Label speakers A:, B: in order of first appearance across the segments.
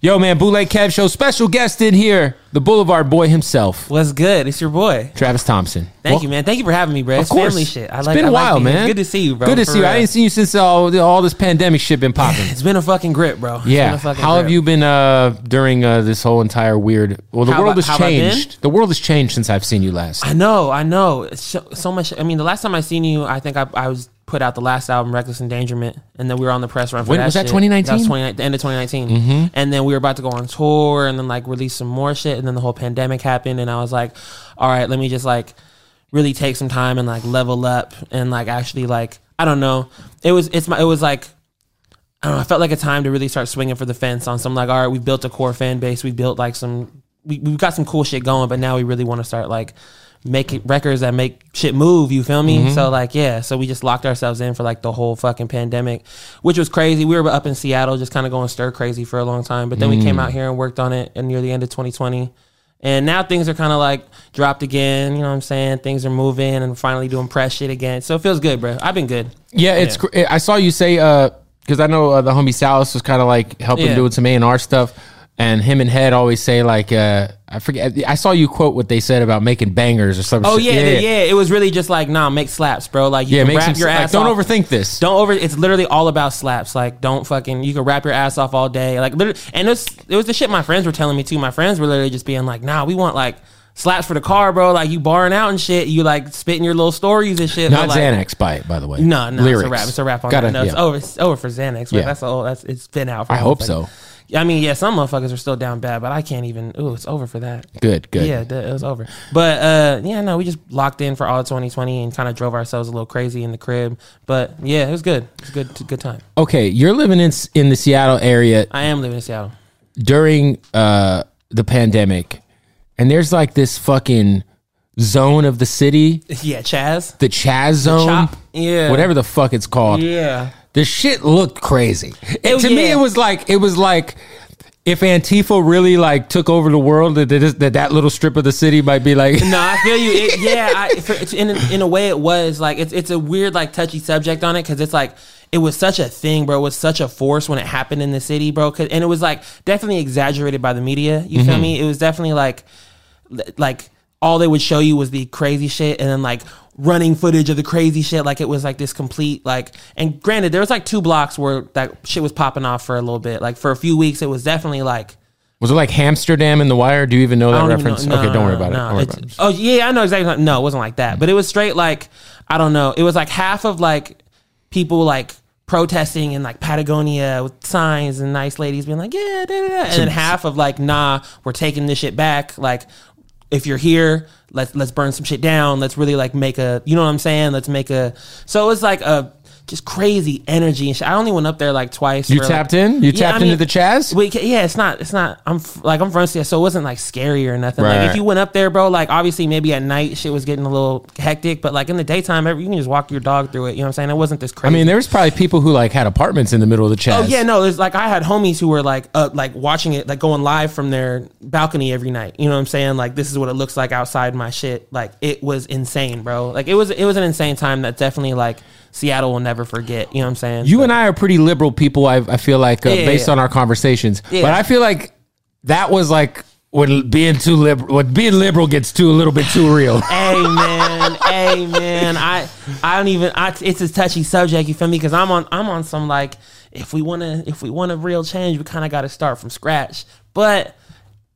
A: Yo, man, Bootleg Cab Show special guest in here, the Boulevard Boy himself,
B: What's good? It's your boy.
A: Travis Thompson.
B: Thank you, man. Thank you for having me, bro.
A: Of
B: It's
A: course,
B: family shit. I
A: it's
B: like.
A: been
B: I
A: a
B: like
A: while,
B: being here.
A: man.
B: Good to see you, bro.
A: Good to
B: for
A: see you. I
B: real.
A: ain't seen you since all, all this pandemic shit been popping.
B: It's been a fucking grip, bro. It's been
A: yeah.
B: a fucking
A: How have
B: grip.
A: you been uh, during uh, this whole entire weird? Well, the
B: How
A: world
B: I-
A: has
B: how I been?
A: changed. The world has changed since I've seen you last.
B: I know, I know. It's so, so much. I mean, the last time I seen you, I think I, I was put out the last album, Reckless Endangerment, and then we were on the press run. For
A: When-
B: that
A: was that Mm-hmm.
B: shit.
A: 2019?
B: That was 2019, the end of 2019. And then we were about to go on tour, and then like release some more shit, and then the whole pandemic happened, and I was like, all right, let me just like really take some time and like level up, and like actually like I don't know. It was it's my it was like I don't know. I felt like a time to really start swinging for the fence on some like, all right, we've built a core fan base. We built like some, we, we've got some cool shit going, but now we really want to start like making records that make shit move. You feel me? So like, yeah. So we just locked ourselves in for like the whole fucking pandemic, which was crazy. We were up in Seattle, just kind of going stir crazy for a long time, but then we came out here and worked on it and near the end of 2020. And now things are kind of like dropped again. You know what I'm saying? Things are moving and finally doing press shit again. So it feels good, bro. I've been good.
A: Yeah, it's. cr I saw you say because I know uh, the homie Salas was kind of like helping
B: Yeah.
A: doing some A and R stuff, and him and Head always say like uh, I forget. I saw you quote what they said about making bangers or something.
B: Oh yeah, yeah, yeah. It was really just like, nah, make slaps, bro. Like you
A: Yeah,
B: can
A: make
B: rap
A: some,
B: your
A: like,
B: ass.
A: don't
B: off.
A: overthink this.
B: Don't over. It's literally all about slaps. Like don't fucking. You can rap your ass off all day. Like literally, and this it was the shit my friends were telling me too. My friends were literally just being like, nah, we want like slaps for the car, bro. Like you barring out and shit. You like spitting your little stories and shit.
A: Not
B: But, like,
A: Xanax by it, by the way.
B: No, no, it's a rap. It's a rap on
A: Gotta-
B: that. No, it's
A: yeah.
B: over. It's over for Xanax. But
A: Yeah.
B: that's all. That's it's been out. for
A: I hope so.
B: motherfuckers. I mean, yeah, some motherfuckers are still down bad, but I can't even. Ooh, it's over for that.
A: Good, good.
B: Yeah, that, it was over. But uh, yeah, no, we just locked in for all of 2020 and kind of drove ourselves a little crazy in the crib. But yeah, it was good. It was a good, good time.
A: Okay, you're living in s- in the Seattle area
B: I am living in Seattle.
A: during uh, the pandemic, and there's like this fucking zone of the city,
B: yeah, Chaz.
A: the Chaz zone,
B: Chop. Yeah.
A: whatever the fuck it's called.
B: Yeah.
A: The shit looked crazy.
B: Oh,
A: to me,
B: yeah.
A: it was like it was like if Antifa really like took over the world, that that, that, that little strip of the city might be like.
B: No, I feel you. It, yeah, I, for, it's- in in a way, it was like it's it's a weird like touchy subject on it because it's like it was such a thing, bro. It was such a force when it happened in the city, bro. 'Cause- And it was like definitely exaggerated by the media. You feel me? It was definitely like like all they would show you was the crazy shit and then like running footage of the crazy shit like it was like this complete like and granted there was like two blocks where that shit was popping off for a little bit like for a few weeks it was definitely like
A: Was it like Hamsterdam in the Wire? Do you even know that
B: I don't even
A: reference?
B: know- Um, no,
A: okay, don't worry
B: no,
A: about it.
B: no,
A: Don't worry
B: it's-
A: about it.
B: Oh yeah, I know exactly. No, it wasn't like that, but it was straight like I don't know. It was like half of like people like protesting in like Patagonia with signs and nice ladies being like yeah, da, da, da. and then half of like nah, we're taking this shit back. Like if you're here, let's let's burn some shit down. Let's really like make a you know what I'm saying. Let's make a so it was like a just crazy energy and shit. I only went up there like twice.
A: You
B: for,
A: tapped
B: like-
A: in? You tapped into the Chaz?
B: We, ca- yeah, it's not. It's not. I'm f- like I'm from CS, so it wasn't like scary or nothing. Like
A: Right.
B: if you went up there, bro, like obviously maybe at night shit was getting a little hectic, but like in the daytime, every, you can just walk your dog through it. You know what I'm saying? It wasn't this
A: I
B: crazy.
A: mean, there was probably people who like had apartments in the middle of the Chaz.
B: Oh yeah, no, there's like I had homies who were like up like watching it, like going live from their balcony every night. You know what I'm saying? Like this is what it looks like outside my shit. Like it was insane, bro. Like it was it was an insane time that definitely like Seattle will never forget. You know what I'm saying?
A: You and I are pretty liberal people. I, I feel like uh,
B: Yeah, yeah,
A: based
B: yeah.
A: on our conversations,
B: Yeah.
A: but I feel like that was like when being too liberal, when being liberal gets too a little bit too real.
B: Amen, amen. I I don't even. I, it's a touchy subject. You feel me? Because I'm on I'm on some like if we want to if we want a real change, we kind of got to start from scratch. But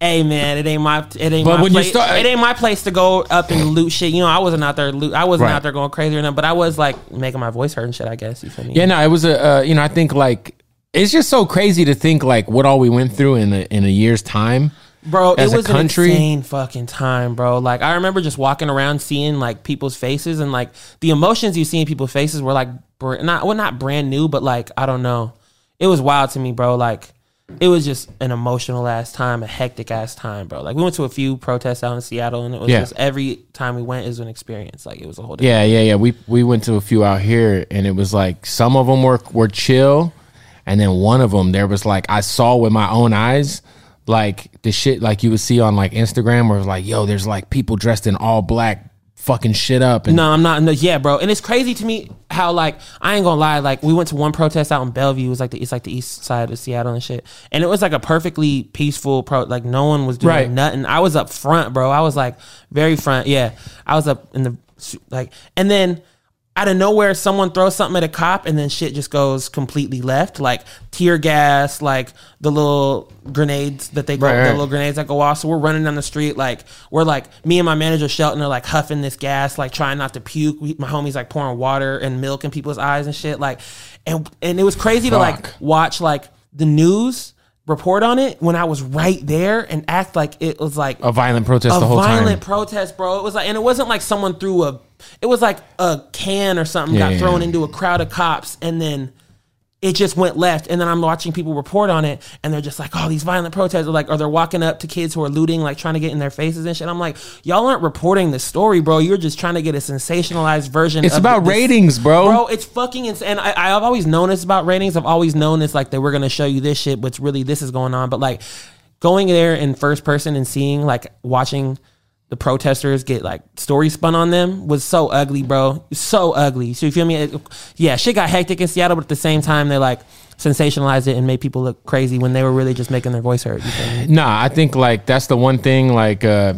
B: hey, man, it ain't my it ain't
A: But
B: my
A: when you
B: place.
A: start-
B: it ain't my place to go up and loot shit. You know, I wasn't out there loot. I wasn't
A: Right.
B: out there going crazy or nothing. But I was like making my voice heard and shit. I guess you feel me?
A: yeah, no, it was a uh, you know I think like it's just so crazy to think like what all we went through in a, in a year's time.
B: bro
A: as
B: it
A: a
B: was
A: country.
B: an insane fucking time bro like i remember just walking around seeing like people's faces and like the emotions you see in people's faces were like br- not well not brand new but like i don't know it was wild to me bro like it was just an emotional ass time a hectic ass time bro like we went to a few protests out in seattle and it was
A: Yeah.
B: just every time we went it was an experience like it was a whole different
A: Yeah, yeah, yeah. We we went to a few out here, and it was like some of them were were chill, and then one of them there was like I saw with my own eyes, like the shit like you would see on like Instagram, where it was like, yo, there's like people dressed in all black, fucking shit up, and
B: No, I'm not. No, yeah, bro. And it's crazy to me how like I ain't gonna lie. Like we went to one protest out in Bellevue. It was like the it's like the east side of Seattle and shit. And it was like a perfectly peaceful pro. Like no one was doing
A: Right.
B: nothing. I was up front, bro. I was like very front. Yeah, I was up in the like. And then out of nowhere, someone throws something at a cop, and then shit just goes completely left. Like tear gas, like the little grenades that they go,
A: Right,
B: the
A: right.
B: little grenades that go off. So we're running down the street, like we're like me and my manager Shelton are like huffing this gas, like trying not to puke. We, my homie's like pouring water and milk in people's eyes and shit, like, and and it was crazy to
A: Fuck.
B: like watch like the news report on it when I was right there and act like it was like
A: a violent protest
B: a
A: the whole time.
B: violent protest, bro. It was like, and it wasn't like someone threw a, it was like a can or something
A: Yeah,
B: got
A: yeah,
B: thrown
A: yeah.
B: into a crowd of cops, and then it just went left. And then I'm watching people report on it, and they're just like, "Oh, these violent protesters!" Or like, or they're walking up to kids who are looting, like trying to get in their faces and shit. I'm like, y'all aren't reporting the story, bro. You're just trying to get a sensationalized version.
A: It's
B: of
A: about
B: this-
A: ratings, bro.
B: Bro, it's fucking insane. And I, I've always known it's about ratings. I've always known it's like that we're gonna show you this shit, but it's really this is going on. But like going there in first person and seeing like watching the protesters get like story spun on them was so ugly, bro. So ugly. So you feel me? It- yeah, shit got hectic in Seattle, but at the same time they like sensationalized it and made people look crazy when they were really just making their voice heard. You feel me?
A: Nah, I think like that's the one thing like. uh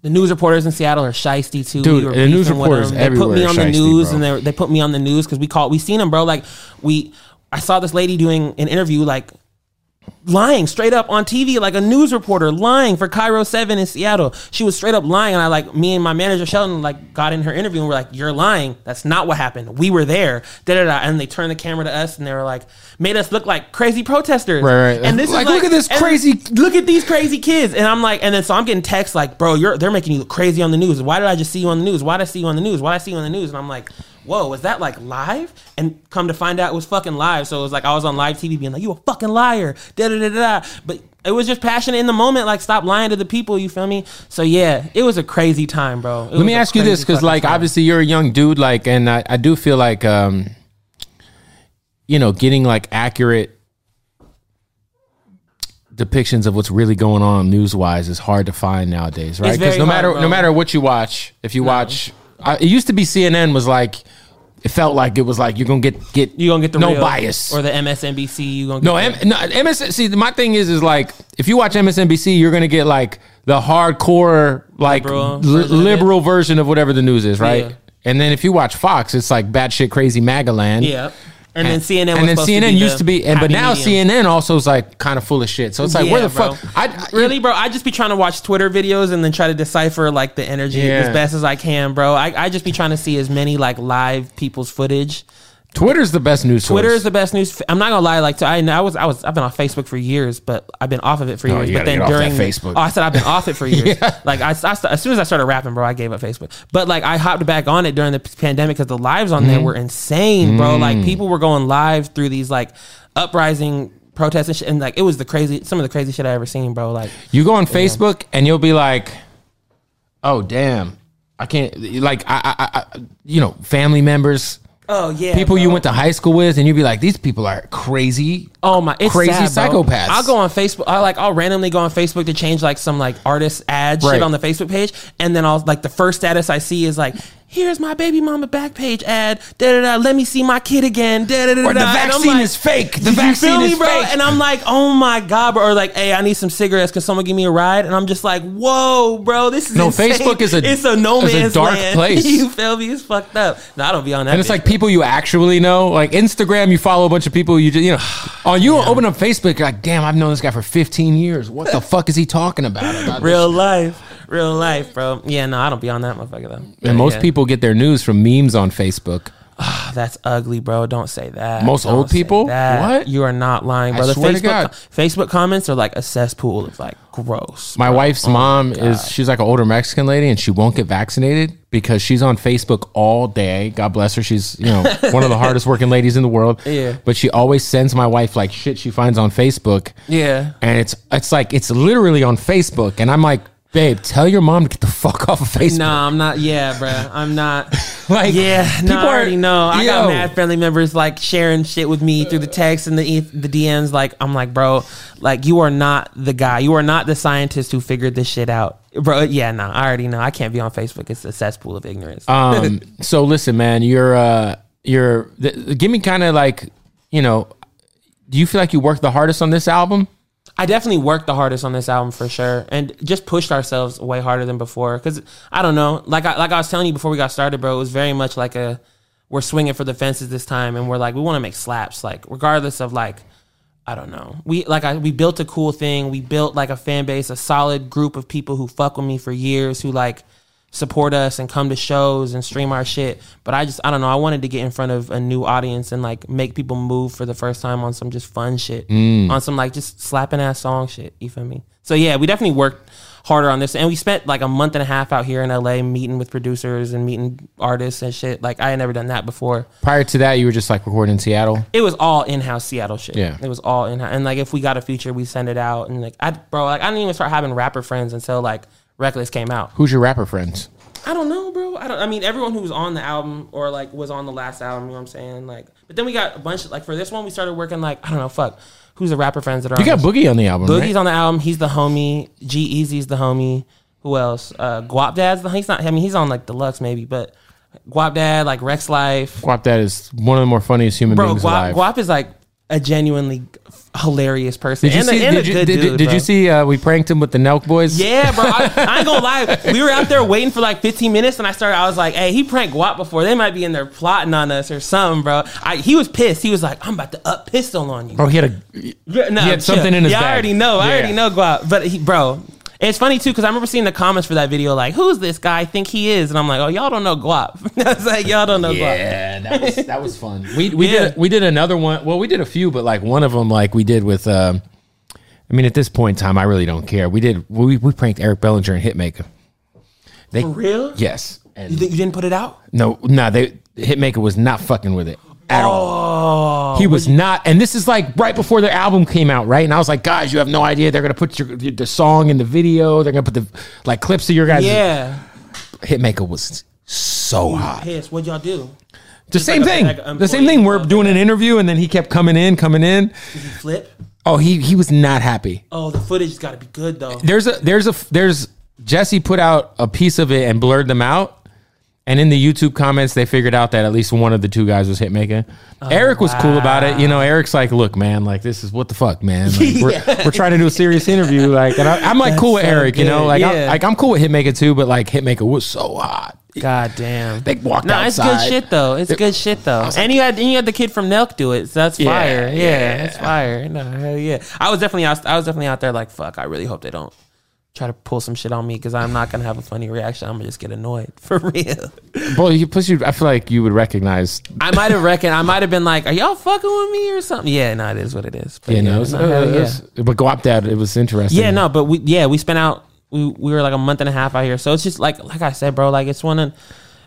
B: The news reporters in Seattle are shisty too.
A: Dude,
B: were
A: the news
B: beefing with
A: reporters
B: them. They put
A: everywhere
B: me
A: are
B: on the
A: shiesty,
B: news,
A: bro.
B: and they they put me on the news because we called. We seen them, bro. Like we, I saw this lady doing an interview, like lying straight up on TV, like a news reporter lying for Cairo Seven in Seattle. She was straight up lying, and I like me and my manager Sheldon like got in her interview, and we're like, "You're lying. That's not what happened. We were there." Da da da. And they turned the camera to us, and they were like, made us look like crazy protesters.
A: Right, right.
B: And this is,
A: Like, look at this
B: and
A: crazy-
B: look at these crazy kids. And I'm like, and then so I'm getting texts like, bro, you're they're making you look crazy on the news. Why did I just see you on the news? Why did I see you on the news? Why did I see you on the news? And I'm like, whoa, was that like live? And come to find out it was fucking live. So it was like I was on live TV being like, you a fucking liar. Da da da da. da. But it was just passionate in the moment, like stop lying to the people, you feel me? So yeah, it was a crazy time, bro.
A: Let me ask you this, because like obviously you're a young dude, like, and I, I do feel like, um, you know, getting like accurate depictions of what's really going on news wise is hard to find nowadays, right? Because
B: very
A: no
B: hard,
A: matter
B: bro.
A: no matter what you watch, if you watch, I, it used to be CNN was like, it felt like it was like you're gonna get get
B: you gonna get the
A: no
B: real,
A: bias
B: or the MSNBC. You gonna get
A: no,
B: the-
A: M- no MS. See, my thing is, is like if you watch MSNBC, you're gonna get like the hardcore, like
B: Liberal
A: liberal,
B: version of
A: liberal version of whatever the news is, right?
B: Yeah.
A: And then if you watch Fox, it's like batshit crazy Magaland.
B: yeah. And then CNN was
A: and then
B: supposed
A: CNN
B: to be
A: used to be, and but now
B: CNN.
A: CNN also is like kind of full of shit. So it's like, where the fuck? I, I-
B: really, bro. I just be trying to watch Twitter videos and then try to decipher like the energy
A: Yeah.
B: as best as I can, bro. I, I just be trying to see as many like live people's footage
A: Twitter's the best news source.
B: Twitter is the best news. I'm not gonna lie. Like I, I was, I was, I've been on Facebook for years, but I've been off of it for
A: Oh,
B: years.
A: you
B: but
A: gotta
B: then
A: get off that
B: during
A: Facebook.
B: oh, I said I've been off it for years. Like I, I st- as soon as I started rapping, bro, I gave up Facebook. But like I hopped back on it during the p- pandemic because the lives on
A: Mm-hmm.
B: there were insane, bro.
A: Mm.
B: Like people were going live through these like uprising protests and shit, and like it was the crazy, some of the crazy shit I ever seen, bro. Like
A: You go on Facebook and you'll be like, "Oh damn, I can't." Like I, I, I- I you know, family members,
B: oh yeah,
A: people you went to high school with, and you'll be like, "These people are crazy."
B: Oh my, it's
A: Crazy
B: sad, bro.
A: psychopaths.
B: I'll go on Facebook. I like I'll randomly go on Facebook to change like some like artist ad
A: Right.
B: shit on the Facebook page, and then I'll like the first status I see is like, "Here's my baby mama back page ad." Da da da. Let me see my kid again. Da da da.
A: Or the
B: da, and I'm
A: vaccine
B: like,
A: is fake. The
B: "You feel
A: vaccine
B: me,
A: is
B: bro?"
A: fake.
B: And I'm like, "Oh my god, bro!" Or like, "Hey, I need some cigarettes. Can someone give me a ride?" And I'm just like, "Whoa, bro, this is
A: No,
B: insane.
A: Facebook is a-
B: it's a no
A: is
B: man's
A: a dark
B: land.
A: place.
B: you feel me? It's fucked up. No, I don't be on that.
A: And it's
B: bitch,
A: like
B: bro.
A: people you actually know, like Instagram. You follow a bunch of people you just, you know, on you open up Facebook. You're like, damn, I've known this guy for 15 years. What the fuck is he talking about? about this
B: Real life, real life, bro. Yeah, no, I don't be on that motherfucker though. Yeah,
A: And most
B: yeah.
A: people get their news from memes on Facebook.
B: Oh, that's ugly, bro. Don't say that.
A: Most
B: Don't
A: old
B: say
A: people?
B: that.
A: What?
B: You are not lying,
A: I
B: brother.
A: swear to
B: Facebook,
A: God.
B: Facebook comments are like a cesspool of like gross.
A: My wife's mom is she's like an older Mexican lady and she won't get vaccinated because she's on Facebook all day. God bless her. She's, you know, one of the hardest working ladies in the world.
B: Yeah.
A: But she always sends my wife like shit she finds on Facebook.
B: Yeah.
A: And it's it's like it's literally on Facebook. And I'm like, babe, tell your mom to get the fuck off of Facebook.
B: No, I'm not. Yeah, bro. I'm not.
A: Like,
B: yeah, no,
A: people
B: I already
A: are-
B: know. I got
A: Yo.
B: mad family members like sharing shit with me through the text and the e- the DMs. Like, I'm like, bro, like you are not the guy. You are not the scientist who figured this shit out, bro. Yeah, no, I already know. I can't be on Facebook. It's a cesspool of ignorance.
A: um so listen man you're uh you're th- give me kind of like you know do you feel like you worked the hardest on this album
B: I definitely worked the hardest on this album for sure, and just pushed ourselves way harder than before. Because I don't know, like I, like I was telling you before we got started, bro, it was very much like a we're swinging for the fences this time, and we're like we want to make slaps, like regardless of like I don't know. We like I, we built a cool thing. We built like a fan base, a solid group of people who fuck with me for years, who like support us and come to shows and stream our shit. But I just I don't know. I wanted to get in front of a new audience and like make people move for the first time on some just fun shit, on some like just slapping ass song shit. You feel me? So yeah, we definitely worked harder on this, and we spent like a month and a half out here in LA meeting with producers and meeting artists and shit. Like I had never done that before
A: prior to that you were just like recording in seattle
B: it was all in house Seattle shit.
A: Yeah.
B: It was all in house. And like if we got a feature, we send it out. And like I bro, like I didn't even start having rapper friends until like Reckless came out.
A: who's your rapper friends
B: I don't know, bro. I don't I mean everyone who was on the album or like was on the last album, you know what I'm saying? Like but then we got a bunch of like for this one we started working like I don't know, fuck. Who's the rapper friends that are
A: you
B: on
A: got
B: this?
A: boogie on the album
B: Boogie's
A: right?
B: on the album, he's the homie. G Eazy's the homie. Who else? Uh Guap Dad's the he's not I mean he's on like deluxe maybe, but Guap Dad, like Rex Life.
A: Guap that is one of the more funniest human
B: Bro,
A: beings alive
B: Guap, Guap is like a genuinely hilarious person.
A: did you
B: and
A: see
B: a, and
A: did
B: a
A: you,
B: good
A: did-
B: dude,
A: did you
B: bro.
A: see uh we pranked him with the nelk boys
B: Yeah, bro. I, I ain't gonna lie. We were out there waiting for like 15 minutes, and I started. I was like, "Hey, he pranked Guap before. They might be in there plotting on us or something, bro." I, he was pissed. He was like, "I'm about to up pistol on you."
A: bro Oh, he had a
B: Yeah, no,
A: He had
B: chill.
A: something in his
B: Yeah,
A: bag.
B: I already know. I
A: Yeah.
B: already know Guap. But he, bro, it's funny too because I remember seeing the comments for that video like, "Who's this guy? I think he is," and I'm like, "Oh, y'all don't know Guap." I was like, "Y'all don't know Guap."
A: yeah that was that was fun we we
B: Yeah.
A: did we did another one well we did a few but like one of them like we did with um i mean at this point in time i really don't care we did we, we pranked eric bellinger and hitmaker they
B: For real?
A: Yes. And
B: You think you didn't put it out?
A: no, no, they Hitmaker was not fucking with it at all.
B: Oh,
A: He was not, and this is like right before their album came out, right? And I was like, guys, you have no idea. They're gonna put your, your the song in the video. They're gonna put the like clips of your guys.
B: Yeah.
A: Hitmaker was so hot.
B: Piss. What'd y'all do?
A: The same
B: like a-
A: thing.
B: like an
A: the same
B: employee
A: thing. We're
B: club.
A: doing an interview, and then he kept coming in, coming in.
B: Did you flip?
A: Oh, he he was not happy.
B: Oh, the footage's got to be good though.
A: there's a there's a there's Jesse put out a piece of it and blurred them out. And in the YouTube comments, they figured out that at least one of the two guys was Hitmaker.
B: Oh,
A: Eric was cool about it. You know, Eric's like, look, man, like, this is what the fuck, man. Like, we're, we're trying to do a serious interview. Like, and I, I'm like cool with
B: so
A: Eric, you know,
B: good.
A: like, I'm,
B: Yeah.
A: like, I'm cool with Hitmaker too, but like, Hitmaker was so hot.
B: God damn.
A: They walked
B: no,
A: outside.
B: it's good shit though. It's good shit though. And you had and you had the kid from Nelk do it, so that's
A: Yeah,
B: fire. Yeah,
A: yeah.
B: that's fire. No, hell yeah. I was definitely out, I was definitely out there like fuck. I really hope they don't try to pull some shit on me because I'm not gonna have a funny reaction. I'm gonna just get annoyed for real.
A: Boy, you, plus you, I feel like you would recognize.
B: I might have reckoned. I might have been like, "Are y'all fucking with me or something?" Yeah, no, it is what it is. But
A: You know, it's-
B: no, hell
A: uh,
B: yeah.
A: it's- but go up that it was interesting.
B: Yeah, no, but we yeah we spent out. We we were like a month and a half out here, so it's just like like I said, bro. Like it's one of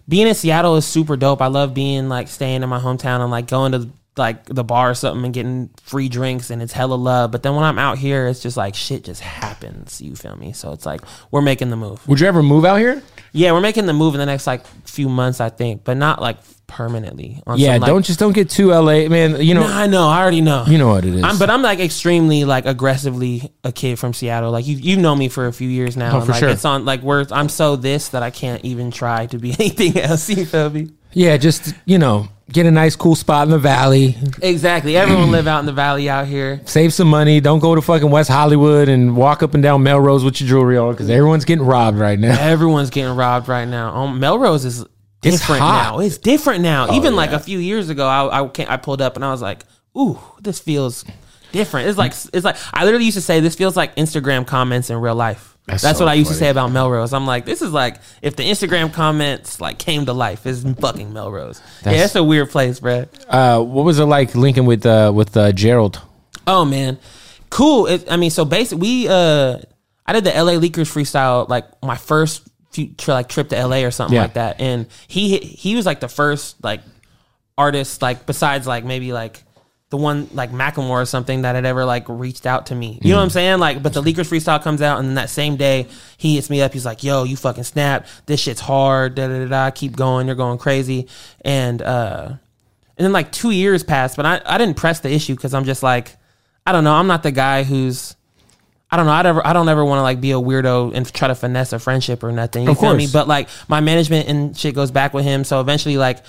B: being in Seattle is super dope. I love being like staying in my hometown and like going to like the bar or something and getting free drinks and it's hella love. But then when I'm out here, it's just like shit just happens. You feel me? So it's like we're making the move.
A: Would you ever move out here?
B: Yeah, we're making the move in the next like few months, I think, but not like permanently. On
A: Yeah,
B: some, like-
A: don't just don't get too LA, man. You know,
B: Nah, I know. I already know.
A: you know what it is.
B: I'm, but I'm like extremely like aggressively a kid from Seattle. Like you, you know me for a few years now.
A: Oh,
B: and,
A: for
B: like
A: sure.
B: It's on like words. I'm so this that I can't even try to be anything else. You feel me?
A: yeah, just you know, get a nice cool spot in the valley,
B: Exactly. Everyone live out in the valley out here.
A: save some money. Don't go to fucking West Hollywood and walk up and down Melrose with your jewelry on because everyone's getting robbed right now.
B: Everyone's getting robbed right now. Um, Melrose is different
A: hot. Oh,
B: now. It's different now. even like a few years ago, I I, can't, I pulled up and I was like, ooh, this feels different. It's like it's like I literally used to say this feels like Instagram comments in real life. That's,
A: That's
B: what
A: so
B: I used to
A: funny.
B: say about Melrose. I'm like, this is like if the Instagram comments like came to life. It's fucking Melrose. yeah,
A: That's-
B: it's a weird place, bruh.
A: Uh, what was it like linking with uh, with uh, Gerald?
B: Oh man, cool. It, I mean, so basically, we uh, I did the L.A. Leakers freestyle like my first few, tri- like trip to L.A. or something
A: Yeah.
B: like that, and he he was like the first like artist like besides like maybe like the one like Macklemore or something that had ever like reached out to me. You know what I'm saying? Like, but the Leakers freestyle comes out, and then that same day he hits me up. He's like, "Yo, you fucking snap. This shit's hard. Da da da. da. Keep going. You're going crazy." And uh, and then like two years passed, but I I didn't press the issue because I'm just like, I don't know. I'm not the guy who's I don't know. I never. I don't ever want to like be a weirdo and try to finesse a friendship or nothing. You
A: Of
B: feel me?
A: course.
B: But like my management and shit goes back with him. So eventually, like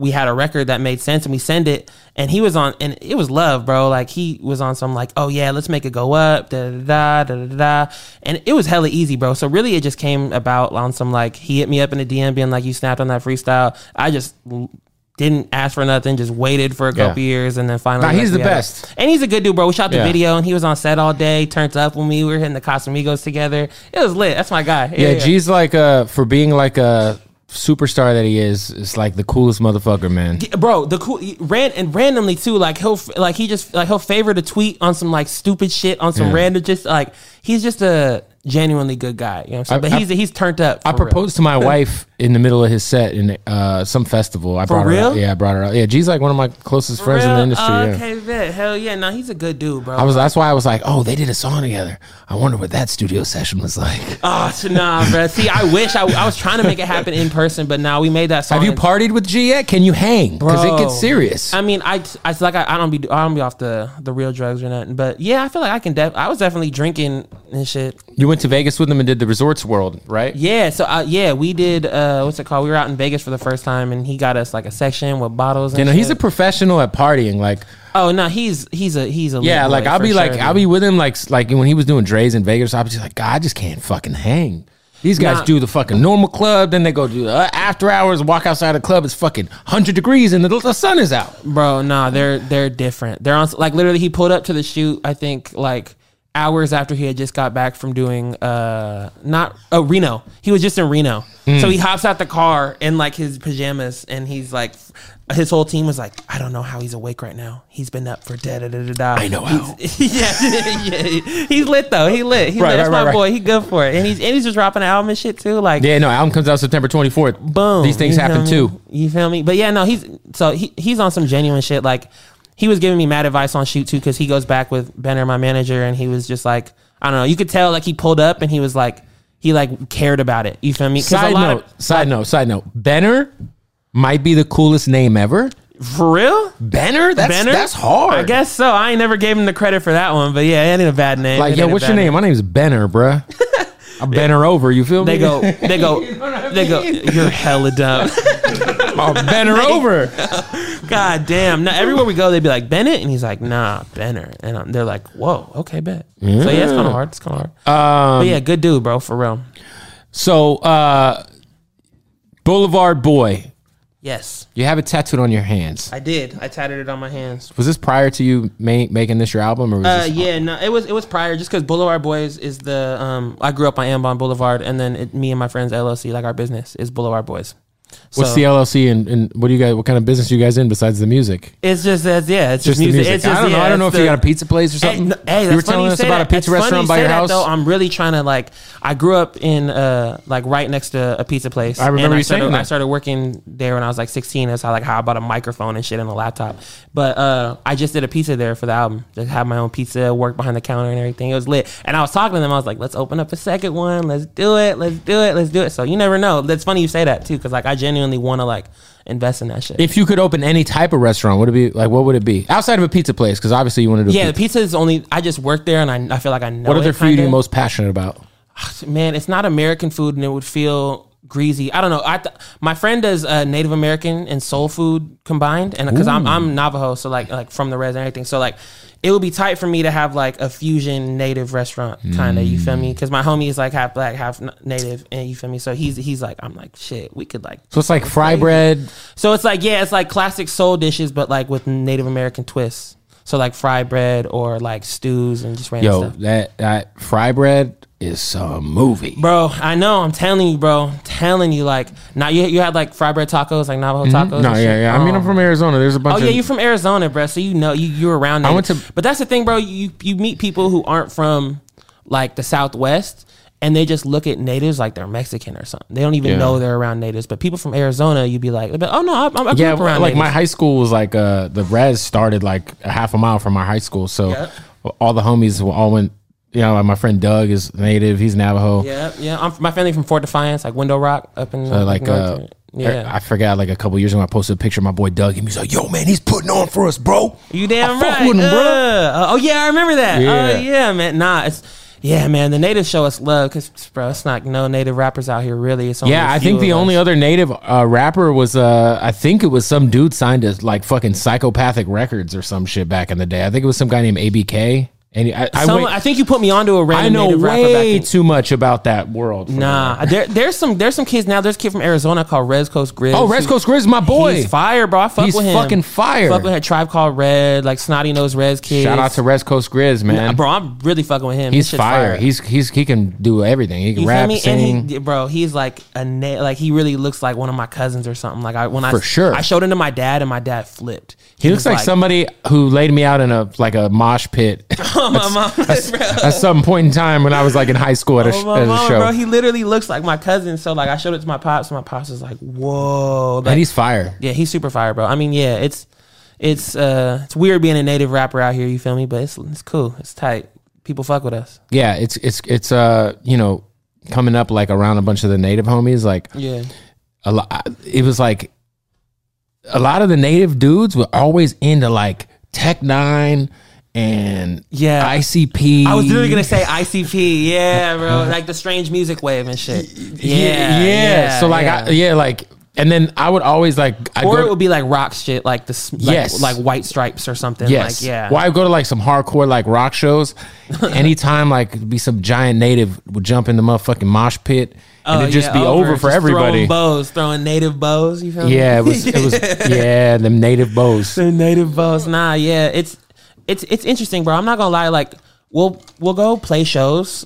B: we had a record that made sense and we send it. And he was on, and it was love, bro. Like he was on some like, oh yeah, let's make it go up, da da da da da. da. And it was hella easy, bro. So really, it just came about on some like he hit me up in the DM, being like, you snapped on that freestyle. I just. l- Didn't ask for nothing, just waited for a
A: Yeah.
B: couple years, and then finally.
A: Nah,
B: like,
A: he's
B: we
A: the
B: had a-
A: best.
B: and he's a good dude, bro. We shot the
A: Yeah.
B: video, and he was on set all day. Turned up when we were hitting the Casamigos together. It was lit. That's my guy.
A: Yeah, G's like uh, for being like a superstar that he is. It's like the coolest motherfucker, man.
B: bro. The cool ran and randomly too. Like he'll f- like he just like he'll favor the tweet on some like stupid shit on some
A: Yeah.
B: random just like he's just a genuinely good guy. You know what I'm saying?
A: I-
B: but
A: I-
B: he's he's turned up.
A: I
B: for real.
A: proposed to my wife in the middle of his set in uh, some festival. I brought her.
B: real?
A: Out. Yeah, I brought her out. Yeah, G's like one of my closest friends in the
B: Real?
A: industry.
B: Oh,
A: yeah.
B: Okay, bet. Hell yeah. No, he's a good dude, bro.
A: I was. That's why I was like, oh, they did a song together. I wonder what that studio session was like.
B: oh so nah, bro. See, I wish I, I was trying to make it happen in person, but now nah, we made that song.
A: Have you
B: in-
A: partied with G yet? Can you hang? Because it
B: Bro.
A: gets serious.
B: I mean, I, I it's like I, I don't be I don't be off the the real drugs or nothing, but yeah, I feel like I can. Def- I was definitely drinking and shit.
A: you went to Vegas with them and did the Resorts World, right?
B: Yeah, so uh, yeah, we did. uh What's it called? We were out in Vegas for the first time, and he got us like a section with bottles. And
A: You know, he's a
B: shit.
A: professional at partying. Like,
B: oh no, he's he's a he's a
A: yeah,
B: lit
A: like
B: boy
A: I'll
B: for
A: be like,
B: sure,
A: I'll be
B: dude.
A: with him, like, like when he was doing Dre's in Vegas, I'll be just like, God, I just can't fucking hang. These guys
B: Nah.
A: do the fucking normal club, then they go do the uh, after hours, walk outside the club, it's fucking 100 degrees and the, the sun is out.
B: bro. Nah, they're they're different. They're on like literally. He pulled up to the shoot. I think like hours after he had just got back from doing uh not oh Reno. He was just in Reno,
A: Hmm.
B: so he hops out the car in like his pajamas, and he's like, his whole team was like, I don't know how he's awake right now. He's been up for da da da da da.
A: I know how.
B: yeah, yeah, he's lit though. He lit. He
A: Right,
B: lit.
A: right,
B: That's
A: right,
B: my
A: right.
B: boy. He good for it, and he's and he's just dropping an album and shit too. Like
A: Yeah, no, album comes out September 24th.
B: boom.
A: These things
B: You
A: happen
B: feel me?
A: too.
B: You feel me? But yeah, no, he's so he he's on some genuine shit. Like he was giving me mad advice on shoot too because he goes back with Benner, my manager, and he was just like, I don't know. You could tell like he pulled up and he was like, he like cared about it. You feel me? 'Cause a
A: Side
B: lot
A: note, side note, side note. Benner might be the coolest name ever.
B: of- for real.
A: Benner? That's
B: Benner?
A: that's hard.
B: I guess so. I ain't never gave him the credit for that one, but yeah, it ain't a bad name.
A: Like,
B: It
A: yo,
B: ain't a
A: what's your
B: bad
A: name? My name's Benner, bruh. I'm Benner over, you feel me?
B: They go, they go, they go. You're hella dumb.
A: oh, Benner over.
B: God damn! Now everywhere we go, they'd be like Bennett, and he's like, Nah, Benner, and um, they're like, Whoa, okay, bet. So yeah, it's kind of hard. It's kind of hard. but
A: Um,
B: yeah, good dude, bro, for real.
A: So, uh, Boulevard Boy,
B: Yes,
A: You have it tattooed on your hands.
B: I did. I tatted it on my hands.
A: Was this prior to you ma- making this your album, or was
B: Uh,
A: this
B: yeah, no, it was it was prior just because Boulevard Boys is the um I grew up on Ambon Boulevard and then it, me and my friends LLC like our business is Boulevard Boys.
A: What's
B: So-
A: the LLC and, and what do you guys? What kind of business you guys in besides the music?
B: It's just that's yeah, it's just,
A: the
B: music. It's just,
A: I don't know.
B: yeah,
A: I don't know if
B: it's
A: you
B: the-
A: got a pizza place or something.
B: Hey, no- hey, that's
A: you were
B: funny
A: telling
B: you
A: us
B: say
A: about a
B: that.
A: pizza
B: It's funny
A: restaurant
B: you
A: by
B: say
A: your
B: that,
A: house.
B: Though. I'm really trying to like. I grew up in uh like right next to a pizza place.
A: I remember
B: and
A: you
B: started,
A: saying that.
B: I started working there when I was like 16. That's how like how I bought a microphone and shit and a laptop. But uh I just did a pizza there for the album. Just had my own pizza, worked behind the counter and everything. It was lit. And I was talking to them. I was like, let's open up a second one. Let's do it. Let's do it. Let's do it. So you never know. That's funny you say that too, because like I genuinely want to like invest in that shit.
A: if you could open any type of restaurant, would it be like what would it be outside of a pizza place? Because obviously you want to do.
B: yeah, the
A: pizza.
B: pizza is only. I just worked there, and I, I feel like I know.
A: What
B: it,
A: other food are you
B: kinda.
A: most passionate about?
B: man, it's not American food, and it would feel greasy. I don't know. I th- my friend does uh, Native American and soul food combined, and because I'm I'm Navajo, so like like from the res and everything, so like it would be tight for me to have like a fusion Native restaurant kind of. You feel me? Because my homie is like half black, half n- Native, and you feel me. So he's he's like I'm like shit. We could like
A: So it's like fry bread.
B: so it's like yeah, it's like classic soul dishes, but like with Native American twists. So like fried bread or like stews and just random
A: Yo,
B: stuff.
A: that that fry bread is a movie.
B: Bro, I know. I'm telling you, bro. I'm telling you, like, now you you had like fried bread tacos, like Navajo tacos.
A: No,
B: and
A: Mm-hmm. yeah,
B: shit?
A: yeah. I mean,
B: Oh.
A: I'm from Arizona. There's a
B: Oh
A: bunch.
B: yeah,
A: of,
B: you're from Arizona, bro. So you know you you're around. Native.
A: went to-
B: but that's the thing, bro. You you meet people who aren't from like the Southwest, and they just look at natives like they're Mexican or something. They don't even
A: Yeah.
B: know they're around natives. But people from Arizona, you'd be like, oh no, I, I grew
A: yeah,
B: up around
A: like
B: natives.
A: my high school was like uh the res started like a half a mile from my high school, so
B: Yeah.
A: all the homies were all went. You know, like my friend Doug is native. He's Navajo.
B: yeah, yeah. I'm my family from Fort Defiance, like Window Rock, up in
A: Uh, like uh,
B: yeah.
A: I forgot like a couple years ago, I posted a picture of my boy Doug, and he was like, "Yo, man, he's putting on for us, bro."
B: You damn
A: I fuck
B: right.
A: with him, bro.
B: Uh, oh yeah, I remember that.
A: Yeah.
B: Oh yeah, man. Nah, it's yeah, man. The natives show us love because bro, it's not no native rappers out here really. It's only
A: Yeah,
B: a
A: I
B: few
A: think the
B: of
A: only
B: us.
A: other native uh, rapper was uh, I think it was some dude signed to like fucking Psychopathic Records or some shit back in the day. I think it was some guy named ABK. And he- I, I,
B: Some-
A: went-
B: I think you put me onto a random
A: I know
B: native rapper back
A: way
B: in.
A: too much about that world. for
B: Nah, there, there's some there's some kids now. There's a kid from Arizona called Res Coast Grizz.
A: Oh, Res
B: He-
A: Coast Grizz, my boy.
B: He's fire, bro. I fuck
A: He's
B: with him.
A: fucking fire.
B: Fuck with him. Tribe called Red, like snotty nose Res kids.
A: Shout out to Res Coast Grizz, man.
B: bro. I'm really fucking with him.
A: he's
B: This shit's
A: fire. He's he's he can do everything. He can
B: You feel
A: rap,
B: me?
A: sing.
B: And he, bro, he's like a na- like he really looks like one of my cousins or something. Like I when I
A: For sure.
B: I showed him to my dad and my dad flipped.
A: he looks
B: was
A: like, somebody who laid me out in a like a mosh pit
B: my mom, bro.
A: at some point in time when I was like in high school at a, sh-
B: Oh, my
A: at a
B: mama,
A: uh, show.
B: bro, he literally looks like my cousin. So like I showed it to my pops, and my pops was like, "Whoa!" Like,
A: and he's fire.
B: yeah, he's super fire, bro. I mean, yeah, it's it's uh it's weird being a native rapper out here. You feel me? But it's it's cool. It's tight. People fuck with us.
A: yeah, it's it's it's uh you know coming up like around a bunch of the native homies like
B: Yeah,
A: a lot. It was like a lot of the native dudes were always into like Tech Nine and
B: Yeah.
A: ICP.
B: I was literally gonna say ICP. Yeah, bro, like the strange music wave and shit. Yeah,
A: yeah, So like
B: yeah.
A: I, yeah like and then I would always like I
B: or it
A: go
B: would be like rock shit, like this, like,
A: Yes.
B: like white stripes or something.
A: yes
B: like, yeah.
A: Well, I would go to like some hardcore like rock shows. Anytime like it'd be some giant native would jump in the motherfucking mosh pit and
B: Oh,
A: it'd just
B: yeah,
A: be over, for
B: Just
A: everybody.
B: Throwing bows, throwing native bows. You feel me?
A: Yeah, it was it was yeah, them native bows.
B: the native bows. Nah, yeah, it's it's it's interesting, bro. I'm not gonna lie. Like, we'll we'll go play shows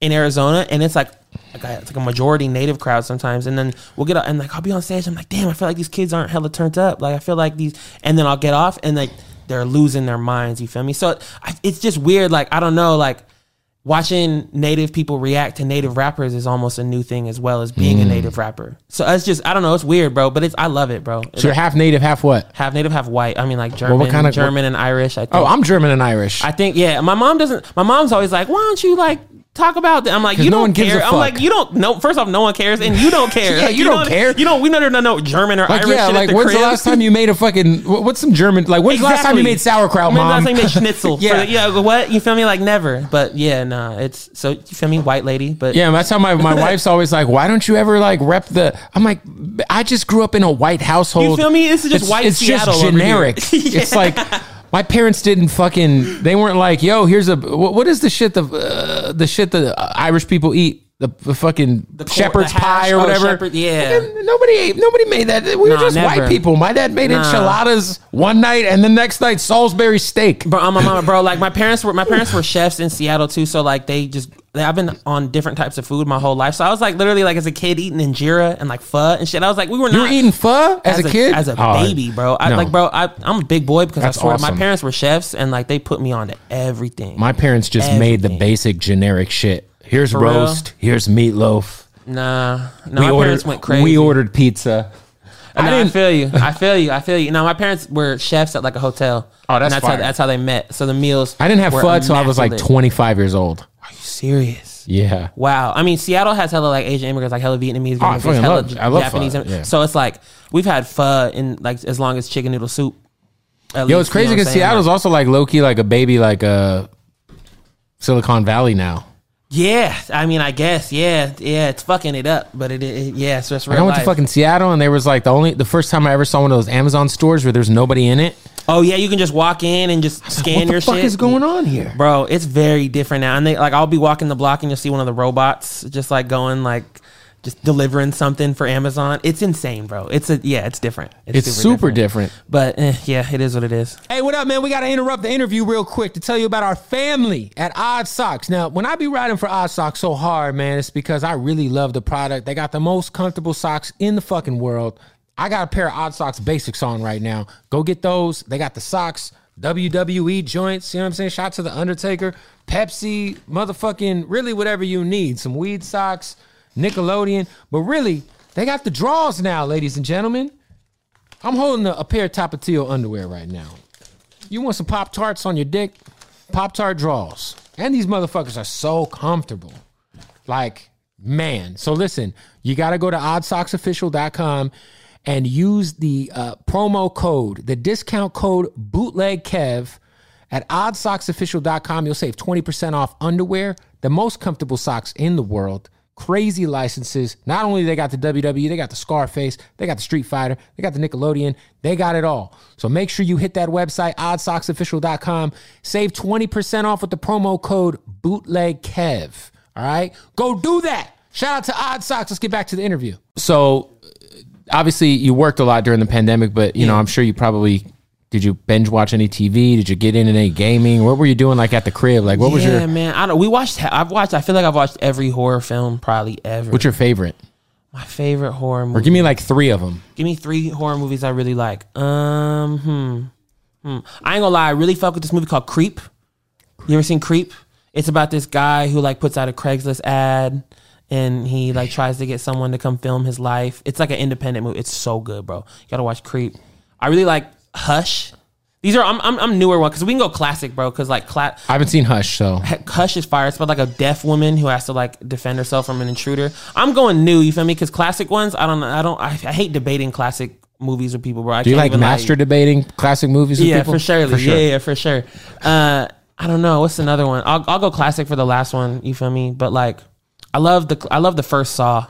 B: in Arizona, and it's like. Like a, it's like a majority native crowd sometimes, and then we'll get up and like I'll be on stage. I'm like, damn, I feel like these kids aren't hella turned up. Like I feel like these, and then I'll get off and like they're losing their minds. You feel me? So I, it's just weird. Like I don't know. Like watching native people react to native rappers is almost a new thing as well as being a
A: Mm.
B: native rapper. So it's just I don't know. It's weird, bro. But it's I love it, bro.
A: So you're half native, half what?
B: half native, half white. I mean, like German,
A: what kinda-
B: German and Irish. I think.
A: Oh, I'm German and Irish.
B: I think yeah. My mom doesn't. My mom's always like, why don't you like talk about that? I'm like,
A: 'Cause
B: you
A: no
B: don't
A: one
B: care.
A: gives a
B: I'm like,
A: fuck.
B: you don't. No, first off, no one cares, and you don't care.
A: Yeah,
B: Like,
A: you don't
B: know-
A: care.
B: You don't. We never know no German or
A: like
B: Irish.
A: yeah,
B: shit at
A: like
B: the
A: when's
B: crib.
A: the last time you made a fucking wh- what's some German like when's the last time you
B: Exactly.
A: made sauerkraut,
B: When's the
A: mom?
B: last time you made schnitzel?
A: Yeah.
B: yeah, yeah. What you feel me? Like never. But yeah, nah. It's so you feel me, white lady. But
A: Yeah, that's how my, my wife's always like, why don't you ever like rep the? I'm like, "B- I just grew up in a white household.
B: You feel me? This is just white
A: It's
B: Seattle
A: just
B: over here.
A: generic. It's like my parents didn't fucking. They weren't like, yo, here's a. What, what is the shit the uh, the shit the uh, Irish people eat? the, the fucking
B: cor-
A: shepherd's
B: the hash-
A: pie or
B: oh,
A: whatever.
B: shepherd- yeah.
A: Fucking nobody ate. Nobody made that. We were
B: Nah,
A: just white
B: never.
A: people. My dad made
B: Nah.
A: enchiladas one night and the next night Salisbury steak.
B: Bro, I'm a mama, bro. Like my parents were my parents were chefs in Seattle too, so like they just they, I've been on different types of food my whole life. So I was like literally like as a kid eating injera and like pho and shit. I was like we were
A: You
B: not
A: were eating pho as, a, kid,
B: as a
A: Oh,
B: baby, bro. I
A: no.
B: like bro. I I'm a big boy because
A: That's
B: I swear
A: awesome.
B: my parents were chefs and like they put me on to everything.
A: My parents just made the
B: Everything.
A: basic generic shit. Here's
B: real?
A: roast. Here's meatloaf.
B: nah, no, my parents went crazy.
A: We ordered pizza.
B: I,
A: I
B: know, I
A: didn't-
B: feel you. I feel you. I feel you. No, my parents were chefs at like a hotel.
A: Oh, that's
B: and that's how,
A: fire.
B: that's how they met. So the meals.
A: I didn't have
B: were
A: pho until I was like
B: immaculate.
A: 25 years old.
B: Serious.
A: Yeah.
B: Wow. I mean, Seattle has hella like Asian immigrants, like hella Vietnamese
A: Oh, I
B: immigrants,
A: fucking
B: hella
A: love- I love
B: Japanese.
A: pho,
B: immi-
A: yeah.
B: So it's like we've had pho in like as long as chicken noodle soup. At
A: Yo,
B: least,
A: it's crazy
B: you know what
A: because
B: I'm saying?
A: Seattle's
B: Like,
A: also like low key like a baby like uh, Silicon Valley now.
B: yeah. I mean, I guess yeah, yeah. It's fucking it up, but it, it yeah, it's just real
A: Like I went
B: life.
A: to fucking Seattle and there was like the only the first time I ever saw one of those Amazon stores where there's nobody in it.
B: oh yeah, you can just walk in and just scan
A: what the
B: your
A: fuck
B: shit.
A: is going on here?
B: bro? It's very different now, and they like I'll be walking the block and you'll see one of the robots just like going like. Just delivering something for Amazon. It's insane, bro. It's a yeah. It's different.
A: It's super different.
B: But eh, yeah, it is what it is.
A: Hey, what up, man? We got to interrupt the interview real quick to tell you about our family at Odd Socks. Now, when I be riding for Odd Socks so hard, man, it's because I really love the product. They got the most comfortable socks in the fucking world. I got a pair of Odd Socks basics on right now. Go get those. They got the socks, WWE joints, you know what I'm saying? Shout out to The Undertaker, Pepsi, motherfucking, really whatever you need. Some weed socks, Nickelodeon. But really, they got the draws now, ladies and gentlemen. I'm holding a, a pair of Tapatio underwear right now. You want some Pop Tarts on your dick? Pop Tart draws. And these motherfuckers are so comfortable. Like, man. So listen, you got to go to oddsocksofficial.com and use the uh, promo code, the discount code bootlegkev at oddsocksofficial.com. You'll save 20% off underwear, the most comfortable socks in the world. Crazy licenses. Not only they got the WWE, they got the Scarface, they got the Street Fighter, they got the Nickelodeon, they got it all. So make sure you hit that website, oddsocksofficial.com. Save 20% off with the promo code bootlegkev. All right, go do that. Shout out to Odd Socks. Let's get back to the interview. So, uh, obviously, you worked a lot during the pandemic, but you know, I'm sure you probably did. You binge watch any TV? Did you get into any gaming? What were you doing like at the crib? Like, what was
B: yeah,
A: your
B: man. I don't. We watched. I've watched. I feel like I've watched every horror film probably ever.
A: what's your favorite?
B: my favorite horror movie?
A: Or give me like three of them.
B: Give me three horror movies I really like. Um, hmm, hmm. I ain't gonna lie. I really fuck with this movie called Creep. You ever seen Creep? It's about this guy who like puts out a Craigslist ad and he like tries to get someone to come film his life. It's like an independent movie. It's so good, bro. You gotta watch Creep. I really like Hush. These are I'm I'm, I'm newer one because we can go classic, bro. Because like cla-
A: I haven't seen Hush, so
B: Cush is fire. It's about like a deaf woman who has to like defend herself from an intruder. I'm going new. You feel me? Because classic ones, I don't. I don't. I, I hate debating classic movies with people, bro. I
A: do you
B: can't
A: like
B: even,
A: master debating classic movies? With
B: yeah,
A: people?
B: for surely. Yeah, yeah, for sure. Uh, I don't know. What's another one? I'll, I'll go classic for the last one. You feel me? But like, I love the I love the first Saw.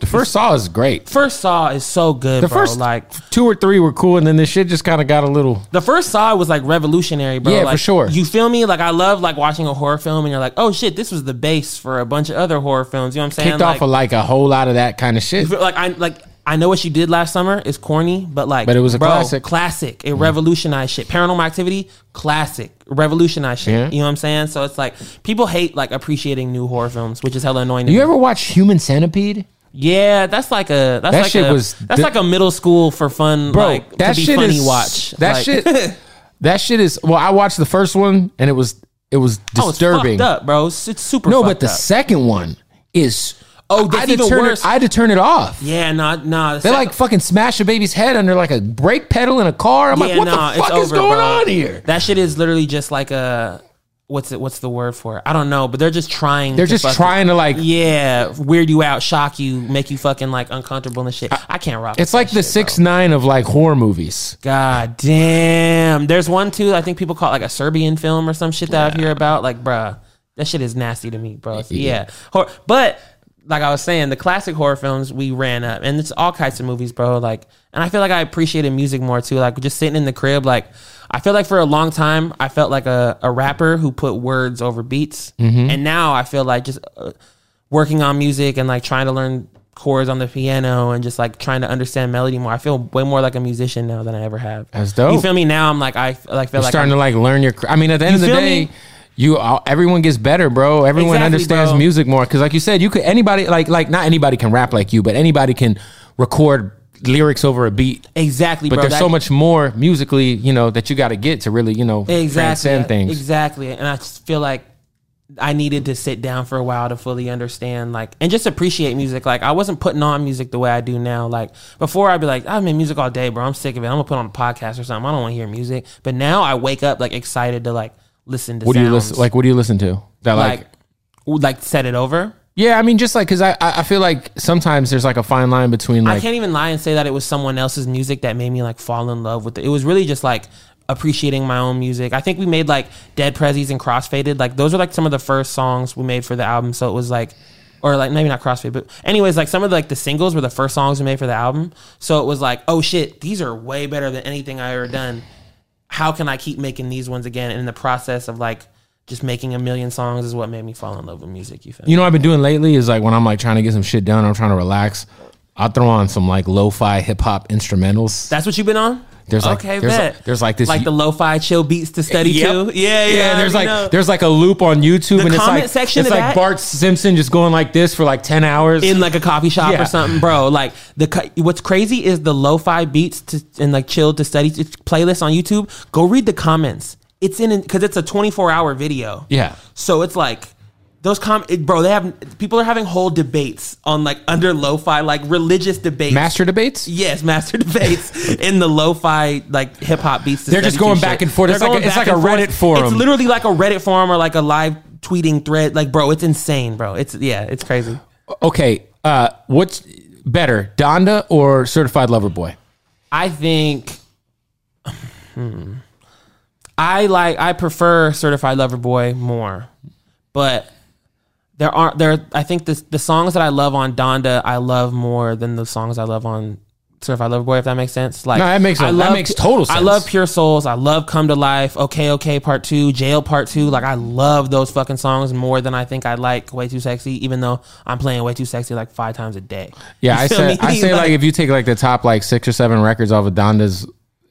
A: The first Saw is great.
B: First Saw is so good,
A: The
B: bro.
A: first
B: like
A: two or three were cool, and then this shit just kind of got a little.
B: the first Saw was like revolutionary, bro.
A: Yeah, for
B: Like,
A: sure.
B: You feel me? Like I love like watching a horror film, and you're like, oh shit, this was the base for a bunch of other horror films. You know what I'm saying?
A: kicked
B: like,
A: off of like a whole lot of that kind of shit.
B: But, like I like I know what you did last summer is corny, but like
A: But it was a classic. Mm.
B: Classic. It revolutionized shit. Paranormal activity, classic. Revolutionized shit.
A: Yeah.
B: You know what I'm saying? So it's like people hate like appreciating new horror films, which is hella annoying. to
A: You
B: me.
A: ever watch Human Centipede?
B: yeah, that's like a that's
A: That
B: like
A: shit
B: a,
A: was
B: that's
A: di-
B: like a middle school for fun
A: Bro,
B: like
A: that
B: to be
A: shit
B: funny
A: is
B: watch.
A: That
B: Like,
A: shit. that shit is. Well, I watched the first one and it was it was
B: oh, it's
A: disturbing.
B: fucked up, bro. It's, it's super
A: no, but
B: fucked
A: the
B: up.
A: second one is.
B: Oh,
A: I
B: that's
A: had to
B: even
A: turn
B: worse.
A: It, I had to turn it off.
B: yeah, no, nah, no. Nah,
A: They like fucking smash a baby's head under like a brake pedal in a car. I'm like, what
B: nah,
A: the fuck is going
B: bro.
A: on here?
B: That shit is literally just like a what's it? What's the word for it? I don't know, but they're just trying.
A: They're
B: to
A: just
B: fucking-
A: trying to like.
B: yeah, weird you out, shock you, make you fucking like uncomfortable and shit. I, can't rock.
A: It's
B: with
A: like
B: that
A: the
B: shit,
A: six
B: bro.
A: nine of like horror movies.
B: God damn. There's one too. I think people call it like a Serbian film or some shit that I hear about. Like, bruh, that shit is nasty to me, bro. Yeah, Hor- but. Like I was saying, the classic horror films we ran up, and it's all kinds of movies, bro. Like, and I feel like I appreciated music more too. Like, just sitting in the crib, like, I feel like for a long time I felt like a, a rapper who put words over beats, and now I feel like just uh, working on music and like trying to learn chords on the piano and just like trying to understand melody more. I feel way more like a musician now than I ever have.
A: That's dope.
B: You feel me? Now I'm like I f- like feel
A: You're
B: like
A: starting
B: I'm-
A: to like learn your. cr- I mean, at the end of
B: You
A: the
B: feel
A: day,
B: me?
A: you all, everyone gets better, bro. Everyone
B: Exactly,
A: understands
B: bro.
A: music more because, like you said, you could anybody like like not anybody can rap like you, but anybody can record lyrics over a beat.
B: exactly.
A: But
B: bro,
A: there's
B: That-
A: so much more musically, you know, that you got to get to really, you know,
B: exactly
A: transcend things.
B: Exactly, and I just feel like I needed to sit down for a while to fully understand, like, and just appreciate music. Like, I wasn't putting on music the way I do now. Like before, I'd be like, I'm in music all day, bro. I'm sick of it. I'm gonna put on a podcast or something. I don't want to hear music. But now I wake up like excited to like listen to.
A: What do you
B: sounds.
A: listen? Like, what do you listen to? That
B: Like,
A: like
B: w- like set it over.
A: Yeah, I mean, just like because I I I feel like sometimes there's like a fine line between
B: I
A: like
B: can't even lie and say that it was someone else's music that made me like fall in love with it. It was really just like appreciating my own music. I think we made like Dead Prezzies and Crossfaded. Like those are like some of the first songs we made for the album. So it was like or like maybe not Crossfade, but anyways, like some of the, like the singles were the first songs we made for the album. So it was like, oh shit, these are way better than anything I ever done. How can I keep making these ones again? And in the process of like just making a million songs is what made me fall in love with music. You feel me?
A: you know what I've been doing lately is like when I'm like trying to get some shit done, I'm trying to relax. I throw on some like lo-fi hip hop instrumentals.
B: That's what you've been on?
A: There's like-
B: okay,
A: there's
B: bet.
A: like- there's like this-
B: like the lo-fi chill beats to study
A: Yep.
B: to. Yeah, yeah.
A: yeah, there's
B: you
A: like
B: know.
A: there's like a loop on YouTube,
B: The
A: and it's
B: comment
A: like
B: section
A: it's
B: of
A: like
B: that-
A: Bart Simpson just going like this for like ten hours.
B: in like a coffee shop
A: Yeah.
B: or something, bro. Like the cu- what's crazy is the lo-fi beats to, and like chill to study to playlist on YouTube. Go read the comments. It's in because it's a 24 hour video.
A: yeah,
B: So it's like those com it- bro. They have people are having whole debates on like under lo-fi like religious debates.
A: master debates.
B: Yes, master debates in the lo-fi like hip hop beats. to
A: They're just
B: study to
A: going back
B: shit.
A: and forth. It's
B: They're
A: like a-
B: going
A: it's
B: back
A: like a
B: and
A: Reddit forum.
B: It's literally like a Reddit forum or like a live tweeting thread. Like, bro, it's insane, bro. It's yeah, it's crazy.
A: Okay, uh, what's better, Donda or Certified Lover Boy?
B: I think. hmm. I like I prefer Certified Lover Boy more, but there are there. I think the the songs that I love on Donda I love more than the songs I love on Certified Lover Boy. If that makes sense, like
A: No, that makes-
B: I
A: that makes total
B: I
A: sense.
B: love Pure Souls. I love Come to Life. Okay, okay, Part Two. Jail Part Two. Like I love those fucking songs more than I think I like Way Too Sexy. Even though I'm playing Way Too Sexy like five times a day.
A: Yeah,
B: You
A: I
B: feel
A: say
B: me?
A: I say like, if you take like the top like six or seven records off of Donda's,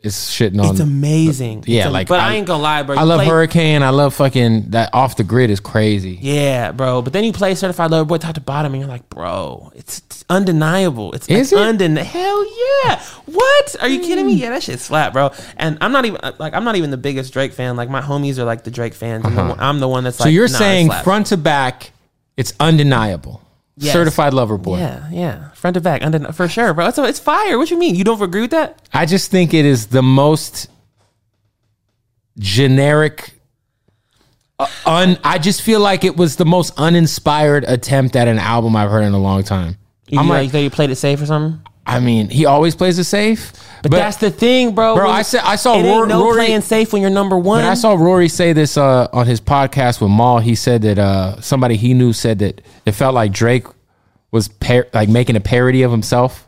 A: it's shitting on.
B: It's amazing.
A: Yeah,
B: It's a-
A: like
B: but I, ain't gonna lie, bro.
A: I
B: You
A: love
B: play-
A: Hurricane. I love fucking that off the grid is crazy.
B: Yeah, bro. But then you play Certified Lover Boy top to bottom, and you're like, bro, it's, it's undeniable. It's
A: Is it? Hmm.
B: undeniable. Hell yeah! What are you kidding me? Yeah, that shit's flat, bro. And I'm not even uh, like I'm not even the biggest Drake fan. Like my homies are like the Drake fans, and the one- I'm the one that's
A: Uh-huh. so
B: like,
A: you're
B: nah, it's
A: saying
B: slap.
A: front to back, it's undeniable.
B: Yes.
A: Certified lover boy.
B: Yeah, yeah, front to back, undeni- for sure, bro. It's it's fire. What you mean? You don't agree with that?
A: I just think it is the most generic. uh, Un, I just feel like it was the most uninspired attempt at an album I've heard in a long time.
B: You,
A: I'm
B: like,
A: like,
B: though you played it safe or something.
A: I mean, he always plays it safe, but,
B: That's the thing, bro.
A: Bro,
B: When-
A: I said- I saw
B: it ain't
A: Rory-
B: no
A: Rory-
B: playing safe when you're number one.
A: But I saw Rory say this uh, on his podcast with Maul. He said that uh, somebody he knew said that it felt like Drake was par- like making a parody of himself,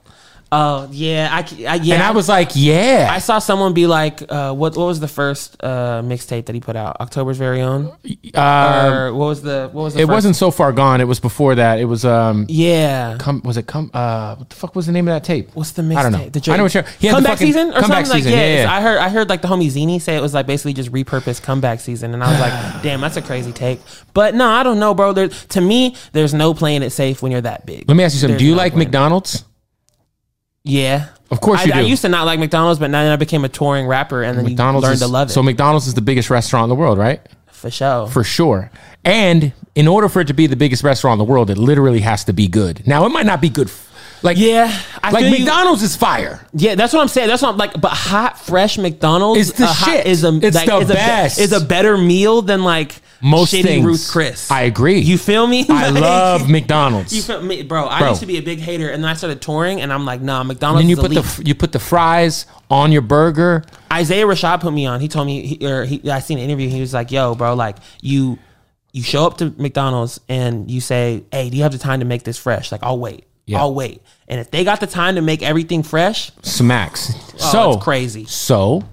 B: Oh yeah, I, c- I- yeah.
A: and I was like, "Yeah,
B: I saw someone be like, uh, what what was the first uh, mixtape that he put out? October's very own. or what was the what was the
A: Uh, it was
B: was
A: wasn't so far gone. It was before that. It was um,
B: yeah.
A: come was it come uh, what the fuck was the name of that tape?
B: What's the mixtape?
A: I don't know. I know what you're. he had the
B: comeback
A: fucking-
B: season or
A: comeback
B: something
A: season.
B: like
A: yeah,
B: it's-
A: yeah.
B: I heard I heard like the homie Zini say it was like basically just repurposed comeback season, and I was like, damn, that's a crazy take. But no, I don't know, bro. There, to me, there's no playing it safe when you're that big.
A: Let me ask you something. Do
B: There's
A: you
B: no
A: like
B: playing-
A: McDonald's?
B: Yeah,
A: Of course
B: I,
A: you
B: I
A: do.
B: used to not like McDonald's, but now then I became a touring rapper, and then
A: McDonald's
B: you learned
A: is,
B: to love it
A: So McDonald's is the biggest restaurant in the world, right?
B: for sure.
A: for sure. And in order for it to be the biggest restaurant in the world, it literally has to be good. Now, it might not be good. f- Like
B: Yeah, I
A: like
B: feel you.
A: McDonald's is fire.
B: Yeah, that's what I'm saying. That's what I'm like. But hot, fresh McDonald's
A: It's the
B: a hot-
A: shit.
B: Is a
A: It's
B: like,
A: the
B: is a be-
A: best.
B: is a better meal than like
A: Most
B: shitty
A: things.
B: Ruth Chris.
A: I agree.
B: You feel me?
A: I
B: Like,
A: love McDonald's.
B: You feel me, bro? I
A: Bro.
B: used to be a big hater, and then I started touring, and I'm like, nah,
A: and
B: McDonald's.
A: then you
B: is
A: put the
B: elite.
A: f- you put the fries on your burger.
B: Isaiah Rashad put me on. He told me, he, or he, I seen an interview. He was like, "Yo, bro, like you, you show up to McDonald's and you say, hey, do you have the time to make this fresh? Like, I'll wait,
A: Yeah.
B: I'll wait.' And if they got the time to make everything fresh,
A: Smacks.
B: Oh,
A: so
B: it's crazy.
A: So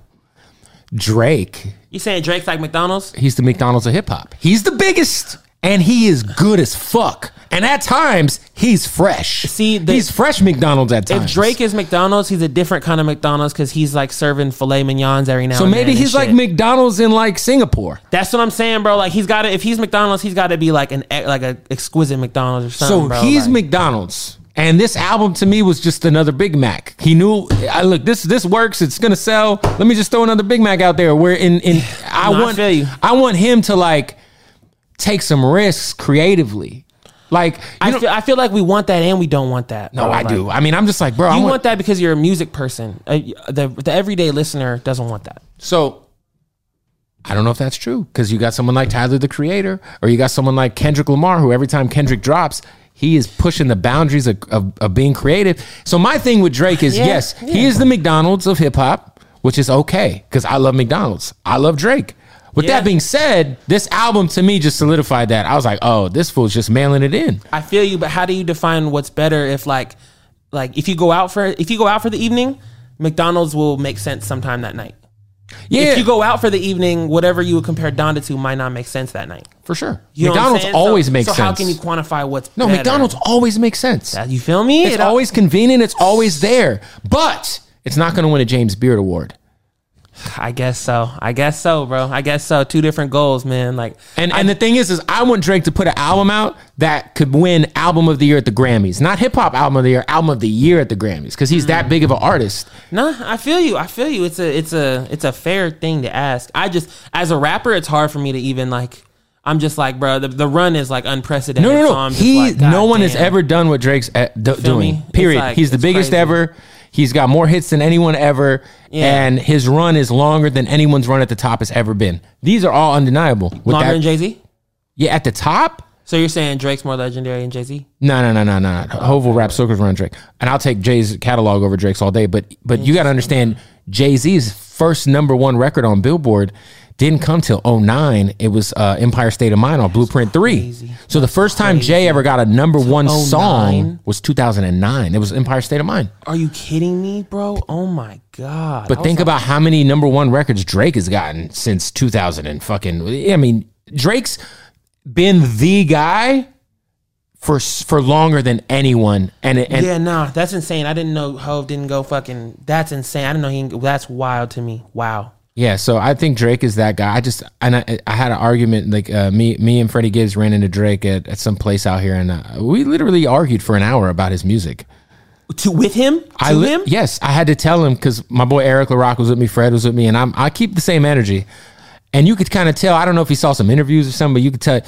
A: Drake,
B: you saying Drake's like McDonald's?
A: he's the McDonald's of hip hop. He's the biggest. and he is good as fuck. And at times, he's fresh.
B: See, they-
A: he's fresh McDonald's at times.
B: If Drake is McDonald's, he's a different kind of McDonald's because he's like serving filet mignons every now.
A: so
B: and
A: maybe
B: then and
A: he's like
B: shit.
A: McDonald's in like Singapore.
B: That's what I'm saying, bro. Like he's got to. If he's McDonald's, he's got to be like an e- like a exquisite McDonald's or something.
A: So
B: bro.
A: he's
B: like,
A: McDonald's. And this album to me was just another Big Mac. He knew, I look, this this works. It's gonna sell. Let me just throw another Big Mac out there. Where in in I
B: No, I
A: want
B: feel you.
A: I want him to like take some risks creatively. Like you
B: I
A: know-
B: feel, I feel like we want that and we don't want that.
A: no,
B: bro.
A: I
B: Like,
A: do. I mean, I'm just like bro. I
B: You
A: want,
B: want that because you're a music person. Uh, the the everyday listener doesn't want that.
A: So I don't know if that's true because you got someone like Tyler the Creator, or you got someone like Kendrick Lamar, who every time Kendrick drops, he is pushing the boundaries of, of, of being creative. So my thing with Drake is yes, he is the McDonald's of hip hop, which is okay because I love McDonald's. I love Drake. With
B: Yeah.
A: that being said, this album to me just solidified that. I was like, oh, this fool's just mailing it in.
B: I feel you, but how do you define what's better if like like if you go out for if you go out for the evening, McDonald's will make sense sometime that night.
A: Yeah,
B: If you go out for the evening, whatever you would compare Donda to might not make sense that night.
A: for sure.
B: You know what I'm
A: McDonald's
B: saying? So-
A: always makes
B: so
A: sense.
B: how can you quantify what's
A: no,
B: better?
A: McDonald's always makes sense.
B: Uh, You feel me?
A: It's
B: It al-
A: always convenient. It's always there, but it's not going to win a James Beard Award.
B: I guess so. I guess so, bro. I guess so. Two different goals, man. Like
A: And and the thing is, is I want Drake to put an album out that could win Album of the Year at the Grammys, not Hip Hop Album of the Year, Album of the Year at the Grammys, because he's that big of an artist.
B: Nah, I feel you. I feel you. It's a it's a it's a fair thing to ask. I just as a rapper, it's hard for me to even like. I'm just like, bro. The, the run is like unprecedented.
A: No, no, no.
B: So I'm just
A: he,
B: like,
A: no
B: God
A: one has
B: damn.
A: ever done what Drake's uh, d- doing.
B: me? It's
A: Period.
B: like-
A: he's the
B: it's
A: biggest
B: crazy.
A: ever. He's got more hits than anyone ever,
B: Yeah.
A: and his run is longer than anyone's run at the top has ever been. These are all undeniable. With
B: longer
A: that-
B: than Jay Z.
A: yeah, at the top.
B: So you're saying Drake's more legendary than Jay Z?
A: No, no, no, no, no. Hove will rap circles around Drake, and I'll take Jay's catalog over Drake's all day. But but you got to understand, Jay Z's first number one record on Billboard didn't come till 09. It was uh, Empire State of Mind on Blueprint Three. So the first time Jay ever got a number one
B: 09?
A: song was 2009. It was Empire State of Mind.
B: Are you kidding me, bro? Oh my god! I
A: But
B: was
A: think
B: like,
A: about how many number one records Drake has gotten since 2000 and fucking. I mean, Drake's been the guy for s- for longer than anyone, and and
B: yeah, nah, that's insane. I didn't know Hove didn't go fucking. That's insane. I didn't know he. didn't go- That's wild to me. Wow.
A: Yeah, so I think Drake is that guy. I just and I, I had an argument like uh, me me and Freddie Gibbs ran into Drake at, at some place out here, and uh, we literally argued for an hour about his music.
B: To with him? To
A: I li-
B: him?
A: yes, I had to tell him because my boy Eric LaRock was with me, Fred was with me, and I'm I keep the same energy, and you could kind of tell. I don't know if he saw some interviews or something, but you could tell.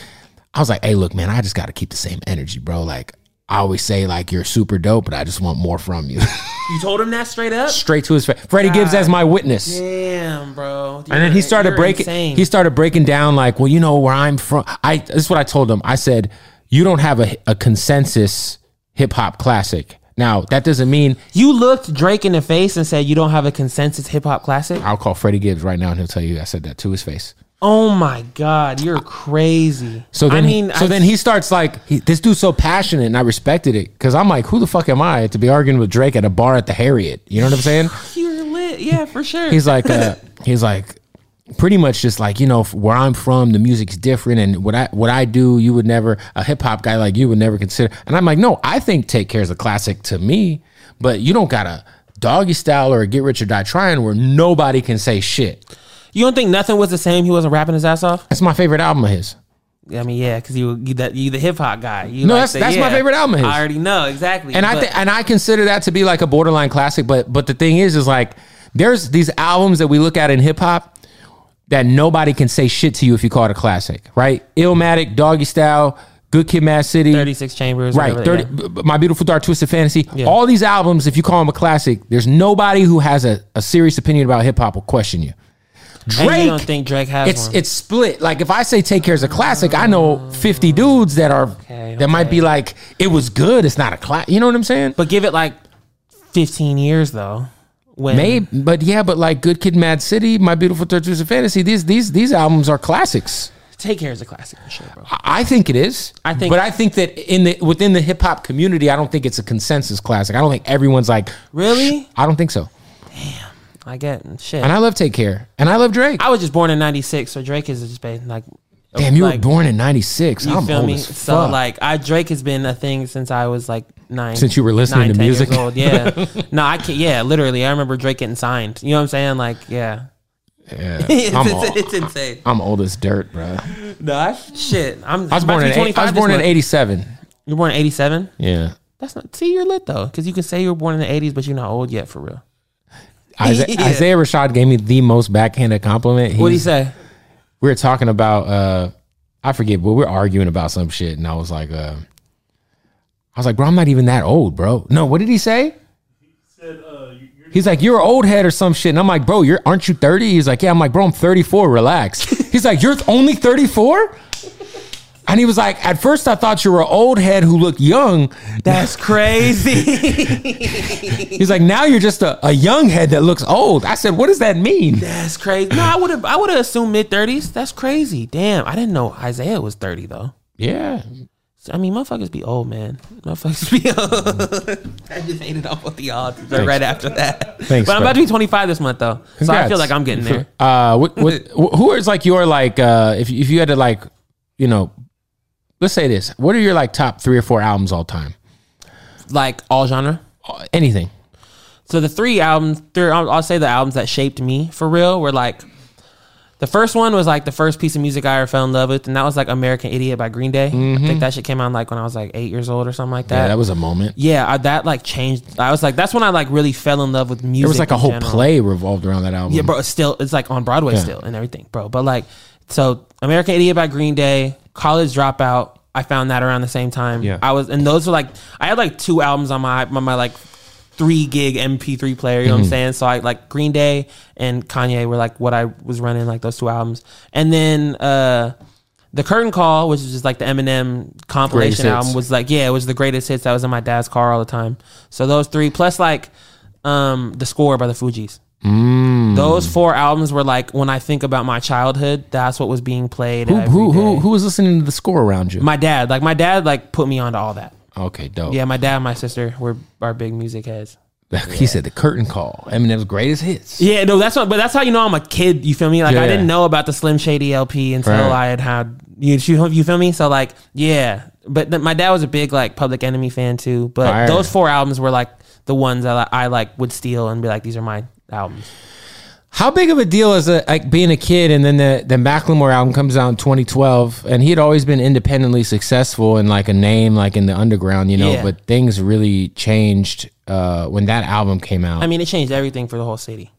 A: I was like, hey, look, man, I just got to keep the same energy, bro. Like I always say, like you're super dope, but I just want more from you.
B: You told him that straight up?
A: Straight to his face, Freddie Gibbs as my witness.
B: Damn, bro.
A: And then he started breaking.
B: Insane.
A: He started breaking down like, well, you know where I'm from. I this is what I told him. I said, you don't have a, a consensus hip hop classic. Now that doesn't mean
B: You looked Drake in the face and said, "You don't have a consensus hip hop classic."
A: I'll call Freddie Gibbs right now and he'll tell you I said that to his face.
B: Oh my God, you're crazy.
A: So then,
B: I mean,
A: he, so
B: I-
A: then he starts like he, this dude's so passionate, and I respected it because I'm like, who the fuck am I to be arguing with Drake at a bar at the Harriet? You know what I'm saying?
B: you're lit. Yeah, for sure.
A: he's like uh, he's like pretty much just like you know f- where I'm from the music's different and what I what I do you would never a hip hop guy like you would never consider and I'm like no I think Take Care is a classic to me but you don't gotta doggy style or get rich or die trying where nobody can say shit
B: you don't think nothing was the same? He wasn't rapping his ass off.
A: that's my favorite album of his
B: I mean, yeah, because you you that you the hip hop guy. You
A: No,
B: like
A: that's-
B: the-
A: that's my
B: yeah.
A: favorite album of his.
B: I already know exactly.
A: and I
B: but
A: th- and I consider that to be like a borderline classic. But but the thing is, is like there's these albums that we look at in hip hop that nobody can say shit to you if you call it a classic, right? Illmatic, Doggy Style, Good Kid, Mad City,
B: 36 Chambers.
A: right?
B: whatever,
A: Thirty, b-
B: yeah.
A: b- My Beautiful Dark Twisted Fantasy. All these albums, if you call them a classic, there's nobody who has a, a serious opinion about hip hop will question you. Drake,
B: And you don't think Drake has
A: it's
B: one?
A: it's split. Like if I say Take Care is a classic, I know fifty dudes that are that might be like it was good. It's not a class. You know what I'm saying?
B: but give it like 15 years though. When
A: Maybe, but yeah, but like Good Kid, Mad City, My Beautiful Tortures of Fantasy, these these these albums are classics.
B: Take Care is a classic for sure, bro.
A: I- I think it is.
B: I think-
A: but I think that in the within the hip hop community, I don't think it's a consensus classic. I don't think everyone's like
B: Really?
A: "Shh." I don't think so.
B: I get shit.
A: And I love Take Care, and I love Drake.
B: I was just born in '96, so Drake is just been like
A: Damn, you
B: Like,
A: were born in '96.
B: You
A: I'm
B: feel
A: old
B: me?
A: as
B: So
A: fuck.
B: like, I Drake has been a thing since I was like nine.
A: Since you were listening
B: nine,
A: to
B: 10
A: music?
B: years old. yeah. no, I can't. Yeah, literally, I remember Drake getting signed. You know what I'm saying? Like, yeah,
A: yeah,
B: it's,
A: I'm,
B: it's,
A: old.
B: it's insane.
A: I'm old as dirt, bro.
B: No, I, shit. I'm.
A: I was born in eight- I was born in '87.
B: You're born in '87.
A: Yeah,
B: That's not. See, you're lit though, because you can say you were born in the '80s, but you're not old yet for real.
A: Isaiah,
B: Yeah.
A: Isaiah Rashad gave me the most backhanded compliment.
B: What do you
A: He's-
B: say?
A: we were talking about uh I forget, but we were arguing about some shit, and I was like, uh, I was like, bro, I'm not even that old, bro. No, what did he say? He's like, you're an old head or some shit, and I'm like, bro, you're aren't you 30? He's like, yeah. I'm like, bro, I'm 34. Relax. He's like, you're only 34. And he was like, at first I thought you were an old head who looked young.
B: That's crazy.
A: He's like, now you're just a, a young head that looks old. I said, what does that mean?
B: That's crazy. No, I would have. I would have assumed mid thirties. That's crazy. Damn, I didn't know Isaiah was thirty though.
A: Yeah.
B: So, I mean, motherfuckers be old, man. Motherfuckers be old. I just hated off with the odds right
A: Thanks.
B: after that.
A: Thanks,
B: but I'm
A: bro.
B: about to be 25 this month though, so I feel
A: Congrats.
B: like I'm getting there.
A: Uh, what, what, wh- who is like your like uh, if if you had to like you know, let's say this. What are your like top three or four albums all time?
B: Like all genre.
A: Uh, Anything?
B: So the three albums, three, I'll, I'll say the albums that shaped me for real were like. The first one was like the first piece of music I ever fell in love with, and that was like American Idiot by Green Day. I think that shit came out like when I was like eight years old or something like that.
A: Mm-hmm. Yeah, that was a moment.
B: yeah, I, that like changed. I was like, that's when I like really fell in love with music.
A: There was like a
B: in
A: whole
B: general.
A: play revolved around that album.
B: Yeah, bro. It's still, it's like on Broadway
A: Yeah.
B: still and everything, bro. But like, so American Idiot by Green Day, College Dropout. I found that around the same time.
A: Yeah.
B: I was, and those were like, I had like two albums on my my, my like three gig MP3 player. You know what
A: Mm-hmm.
B: I'm saying? So I like Green Day and Kanye were like what I was running like those two albums, and then. uh the Curtain Call, which is just like the Eminem
A: Greatest
B: compilation
A: hits.
B: album, was like yeah, it was the greatest hits that was in my dad's car all the time. So those three plus like um the score by the Fugees. Those four albums were like when I think about my childhood, that's what was being played.
A: Who
B: every
A: who who
B: day.
A: who was listening to the score around you?
B: My dad, like my dad, like put me onto all that.
A: okay, dope.
B: Yeah, my dad and my sister were our big music heads.
A: he said the curtain call. Eminem's greatest hits.
B: Yeah, no, that's what, but that's how you know I'm a kid. You feel me? Like
A: Yeah,
B: I
A: yeah.
B: didn't know about the Slim Shady LP until
A: Right.
B: I had had you, you. You feel me? So like, yeah. But th- my dad was a big like Public Enemy fan too. But
A: Fire.
B: those four albums were like the ones that I, I like would steal and be like, these are my albums.
A: How big of a deal is it like being a kid and then the the Macklemore album comes out in 2012 and he had always been independently successful and like a name like in the underground, you know,
B: Yeah.
A: but things really changed uh, when that album came out.
B: I mean, it changed everything for the whole city.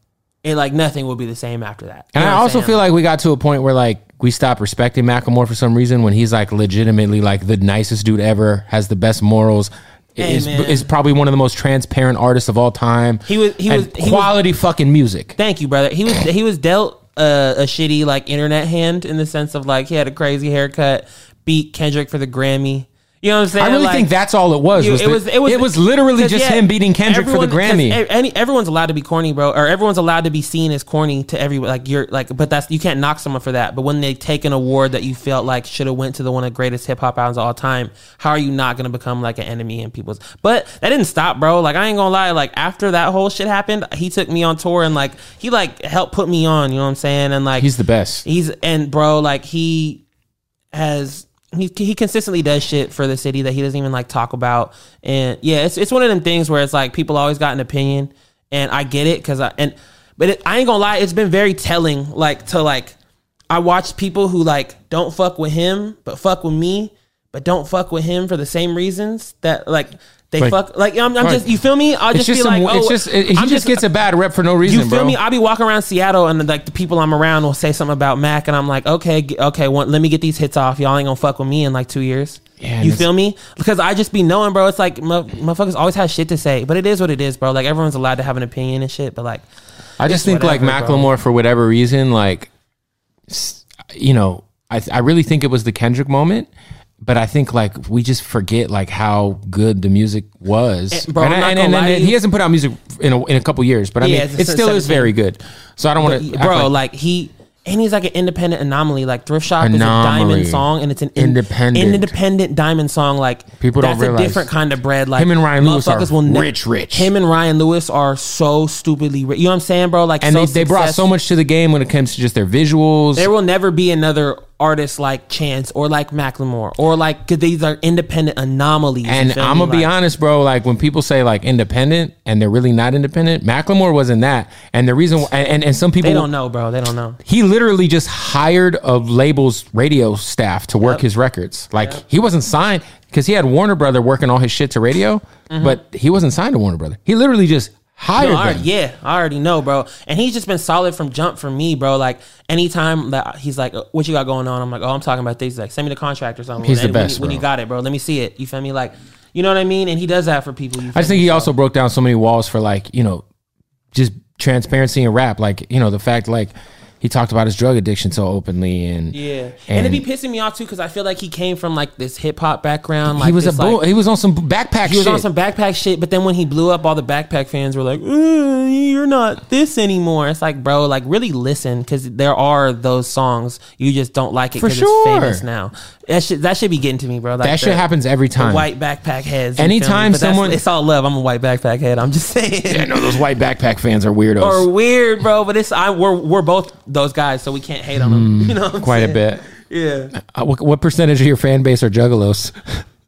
B: It like nothing will be the same after that. You
A: and
B: know
A: I
B: what I'm
A: also
B: saying?
A: feel like we got to a point where like we stopped respecting Macklemore for some reason when he's like legitimately like the nicest dude ever, has the best morals.
B: Hey,
A: Is,
B: man.
A: is probably one of the most transparent artists of all time.
B: He was- he
A: And
B: was- he was-
A: quality fucking music.
B: Thank you, brother. He was he was dealt a, a shitty like internet hand in the sense of like he had a crazy haircut, beat Kendrick for the Grammy. You know what I'm saying?
A: I really
B: Like,
A: think that's all it was.
B: you-
A: was the- literally
B: 'cause,
A: just
B: yeah,
A: him beating Kendrick for the
B: everyone- 'cause
A: Grammy.
B: ev- Any, everyone's allowed to be corny, bro, or everyone's allowed to be seen as corny to everyone. Like you're like, but that's you can't knock someone for that. But when they take an award that you felt like should have went to the one of the greatest hip hop albums of all time, how are you not gonna become like an enemy in people's? But that didn't stop, bro. Like I ain't gonna lie. Like after that whole shit happened, he took me on tour and like he like helped put me on. You know what I'm saying? And like
A: He's the best.
B: He's and bro, like he has he he consistently does shit for the city that he doesn't even like talk about. And yeah, it's it's one of them things where it's like people always got an opinion, and I get it because I and but it, I ain't gonna lie, it's been very telling. Like to like, I watched people who like don't fuck with him, but fuck with me, but don't fuck with him for the same reasons that like. They
A: Right.
B: fuck like I'm, I'm
A: Right.
B: just you feel me? I'll
A: It's
B: just,
A: just
B: be
A: some.
B: like, oh,
A: it's just it, he
B: I'm
A: just, gets a bad rep for no reason,
B: you feel
A: bro.
B: me? I'll be walking around Seattle and like the people I'm around will say something about Mac, and I'm like, okay, g- okay, one, let me get these hits off. Y'all ain't gonna fuck with me in like two years.
A: Yeah,
B: you
A: and
B: feel me? Because I just be knowing, bro. It's like mu- motherfuckers always have shit to say, but it is what it is, bro. Like everyone's allowed to have an opinion and shit, but like
A: I just think like
B: whatever, bro.
A: Macklemore for whatever reason, like s- you know, I I really think it was the Kendrick moment. But I think like we just forget like how good the music was,
B: And, bro,
A: and,
B: I'm
A: I-
B: not
A: and,
B: gonna
A: and,
B: lie
A: and
B: to you.
A: he hasn't put out music in a, in a couple years. But I
B: Yeah,
A: mean,
B: it's-
A: it
B: it's
A: still is
B: 17.
A: very good. So I don't want to,
B: bro, like he and he's like an independent anomaly. Like Thrift Shop is a
A: Anomaly.
B: diamond song, and it's an in-
A: Independent.
B: independent diamond song. Like
A: People don't
B: that's
A: realize.
B: a different kind of bread. Like
A: Him and Ryan Lewis
B: motherfuckers
A: are
B: will ne-
A: rich, rich.
B: Him and Ryan Lewis are so stupidly rich. You know what I'm saying, bro? Like
A: and
B: so
A: they, they brought so
B: successful.
A: much to the game when it comes to just their visuals.
B: There will never be another artists like Chance or like Macklemore or like cause these are independent anomalies. you
A: And
B: feel
A: I'm
B: me?
A: gonna be
B: Like,
A: honest, bro. Like when people say like independent and they're really not independent, Macklemore wasn't that. And the reason, and and, and some people
B: They don't know, bro. They don't know.
A: He literally just hired a label's radio staff to work his records. Like he wasn't signed because he had Warner Brother working all his shit to radio, but he wasn't signed to Warner Brother. He literally just hired
B: Mm-hmm. No, I
A: them.
B: already, yeah, I already know, bro. And he's just been solid from jump for me, bro. Like anytime that he's like, uh, "What you got going on?" I'm like, "Oh, I'm talking about this." He's like, "Send me the contract or something."
A: He's the
B: And when
A: best,
B: you, when
A: bro.
B: you got it, bro. Let me see it. You feel me? Like, you know what I mean? And he does that for people. You
A: I
B: feel
A: just think
B: me?
A: he
B: So-
A: also broke down so many walls for like you know, just transparency and rap. Like you know the fact like he talked about his drug addiction so openly and
B: Yeah, and,
A: and,
B: it'd be pissing me off too because I feel like he came from like this hip hop background. Like
A: he was a
B: this, like,
A: bull, he was on some backpack.
B: he was on
A: shit.
B: some backpack shit, but then when he blew up, all the backpack fans were like, "Ooh, "You're not this anymore." It's like, bro, like really listen because there are those songs you just don't like it
A: For
B: because
A: sure.
B: it's famous now. That should that should be getting to me, bro. Like
A: that shit
B: the-
A: happens every
B: the
A: time.
B: white backpack heads. you
A: Anytime
B: feel me? But that's-
A: someone-
B: it's all love. I'm a white backpack head. I'm just saying.
A: I know those white backpack fans are weirdos.
B: Or weird, bro. But it's I we're we're both those guys, so we can't hate on
A: Mm.
B: them. You know, what I'm
A: quite a
B: saying?
A: bit.
B: Yeah.
A: Uh, what, what percentage of your fan base are juggalos?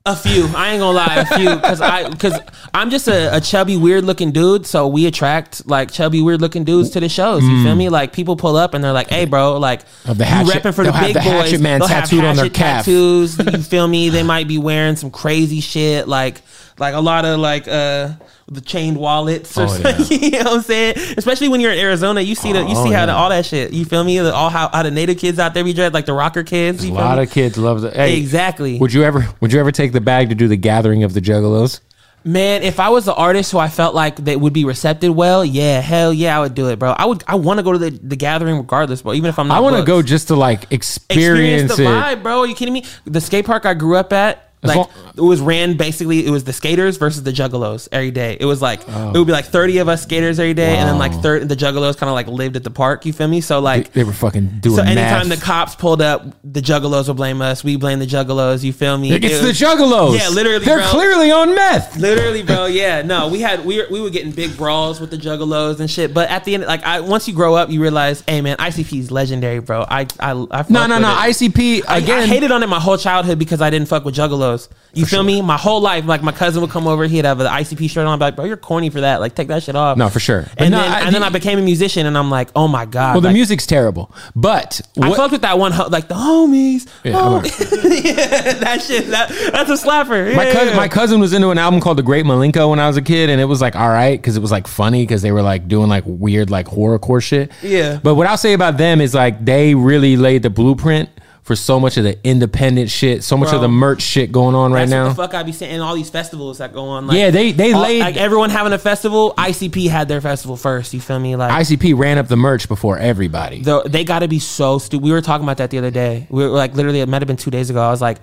B: A few. I ain't gonna lie, a few, because I because I'm just a, a chubby, weird looking dude. So we attract like chubby, weird looking dudes to the shows. You feel me? Like people pull up and they're like, "Hey, bro, like
A: Mm. Of the hatchet-
B: you repping for
A: they'll
B: the
A: have
B: big
A: the
B: boys."
A: hatchet man
B: They'll have
A: tattooed on their
B: hatchet
A: calf.
B: Tattoos. You feel me? They might be wearing some crazy shit, like like a lot of like uh the chained wallets or
A: Oh, yeah.
B: something. you know what I'm saying? Especially when you're in Arizona, you see the you
A: Oh,
B: see how the,
A: yeah.
B: all that shit. You feel me? The- All how, how the native kids out there be dressed, like the rocker kids.
A: A
B: You feel
A: lot
B: me?
A: of kids love the hey,
B: Exactly.
A: Would you ever would you ever take the bag to do the gathering of the juggalos?
B: Man, if I was the artist who I felt like that would be receptive well, yeah, hell yeah, I would do it, bro. I would I want to go to the, the gathering regardless, bro. Even if I'm not
A: I want to
B: booked.
A: go just to like experience,
B: experience the
A: it.
B: vibe, bro. Are you kidding me? The skate park I grew up at like
A: long-
B: it was ran basically it was the skaters versus the juggalos every day. It was like
A: Oh.
B: it would be like 30 of us skaters every day and then like third the juggalos kind of like lived at the park, you feel me? So like
A: They were fucking doing.
B: so anytime
A: math.
B: the cops pulled up, the juggalos will blame us. We blame the juggalos. You feel me?
A: it's
B: It
A: the
B: was-
A: juggalos.
B: Yeah, literally,
A: They're
B: bro.
A: clearly on meth.
B: Literally, bro. Yeah, no, we had we were, we were getting big brawls with the juggalos and shit. But at the end, like, I once you grow up, you realize, hey, man, ICP is legendary, bro. I I, I fuck
A: No, no,
B: with
A: no.
B: it.
A: ICP
B: I,
A: again.
B: I hated on it my whole childhood because I didn't fuck with juggalos. You feel me? My whole life, like my cousin would come over, he'd have an ICP shirt on. I'd be like, bro, you're corny for that. Like, take that shit off.
A: No, for sure. But
B: And
A: no,
B: then
A: I-
B: and then I became a musician, and I'm like, oh my god.
A: well, the
B: like,
A: music's terrible, but
B: I
A: what-
B: fucked with that one, ho- like the homies.
A: Yeah,
B: Oh.
A: I
B: yeah, that shit. That, that's a slapper.
A: My cousin,
B: Yeah.
A: my cousin was into an album called The Great Malenko when I was a kid, and it was like all right because it was like funny because they were like doing like weird like horrorcore shit.
B: Yeah.
A: But what I'll say about them is like they really laid the blueprint for so much of the independent shit, so much
B: Bro.
A: of the merch shit going on right
B: That's
A: now.
B: what the fuck I be saying. And all these festivals that go on. Like,
A: Yeah, they- they
B: all-
A: laid-
B: like everyone having a festival. ICP had their festival first. You feel me? Like
A: ICP ran up the merch before everybody.
B: though they got to be so stupid. We were talking about that the other day. We were like, literally, it might have been two days ago. I was like,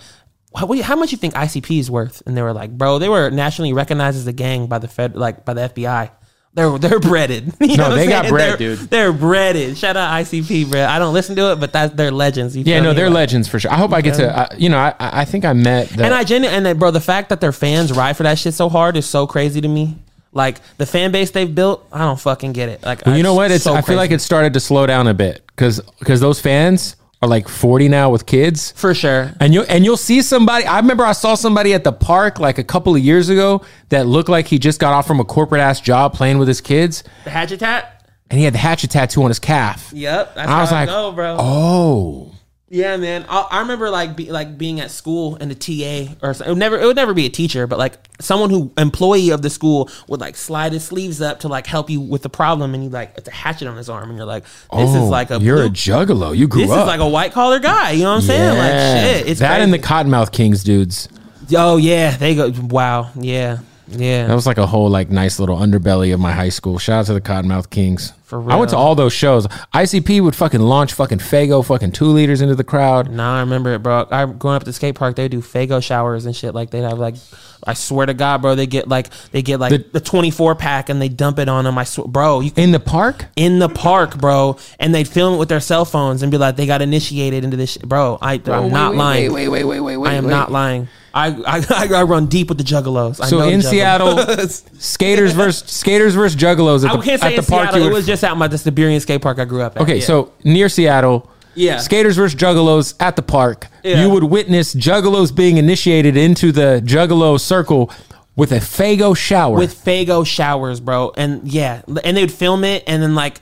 B: how, what do you- how much you think ICP is worth? And they were like, bro, they were nationally recognized as a gang by the Fed, like by the FBI. They're they're breaded. You
A: No,
B: what
A: they
B: I'm
A: got
B: saying?
A: bread,
B: They're-
A: dude.
B: They're breaded. Shout out ICP, bro. I don't listen to it, but that's they're legends. You
A: yeah,
B: feel
A: no,
B: me?
A: they're
B: Like,
A: legends for sure. I hope I get to, uh, you know, I, I I think I met the,
B: and I genuinely, and that, bro, the fact that their fans ride for that shit so hard is so crazy to me. Like the fan base they've built, I don't fucking get it. Like,
A: Well, you know what? It's
B: so
A: I feel
B: crazy.
A: like it started to slow down a bit because because those fans are like forty now with kids.
B: for sure.
A: And you and you'll see somebody. I remember I saw somebody at the park like a couple of years ago that looked like he just got off from a corporate ass job playing with his kids,
B: The hatchet tat.
A: and he had the hatchet tattoo on his calf.
B: Yep, that's
A: I
B: how
A: was
B: it
A: like,
B: go, bro.
A: Oh,
B: Yeah, man. I, I remember like be, like being at school and the TA or so- it would never it would never be a teacher, but like someone who employee of the school would like slide his sleeves up to like help you with the problem, and you like it's a hatchet on his arm, and you're like, this
A: oh,
B: is like a
A: you're a
B: blue-
A: juggalo. You grew
B: this
A: up
B: is like a white collar guy. You know what I'm saying? Like shit, it's
A: that
B: crazy.
A: and the Cottonmouth Kings dudes.
B: Oh yeah, they go. Wow. Yeah.
A: That
B: Yeah.
A: was like a whole like nice little underbelly of my high school. Shout out to the Cottonmouth Kings.
B: For
A: I went to
B: real.
A: all those shows. ICP would fucking launch fucking Fago fucking two liters into the crowd.
B: Nah, I remember it, bro. I growing up at the skate park, they do Fago showers and shit. Like they'd have like, I swear to God, bro, they get like they get like
A: The-
B: the, 24 pack and they dump it on them. I swear, bro, you
A: In the park?
B: in the park, bro, and they'd film it with their cell phones and be like, they got initiated into this, shit. bro. I, I'm not lying.
A: Wait, wait, wait, wait, wait.
B: I am
A: wait.
B: not lying. I, I I run deep with the juggalos. I
A: So
B: know the
A: in
B: juggalos.
A: Seattle, skaters versus skaters versus juggalos at
B: I
A: the,
B: can't say
A: at the
B: in
A: park.
B: Seattle.
A: you
B: It
A: would-
B: was just at my the Siberian skate park I grew up at.
A: okay,
B: Yeah.
A: so near Seattle,
B: Yeah.
A: Skaters versus Juggalos at the park.
B: Yeah.
A: You would witness Juggalos being initiated into the Juggalo circle with a Fago shower.
B: with Fago showers, bro. And yeah, and they would film it, and then like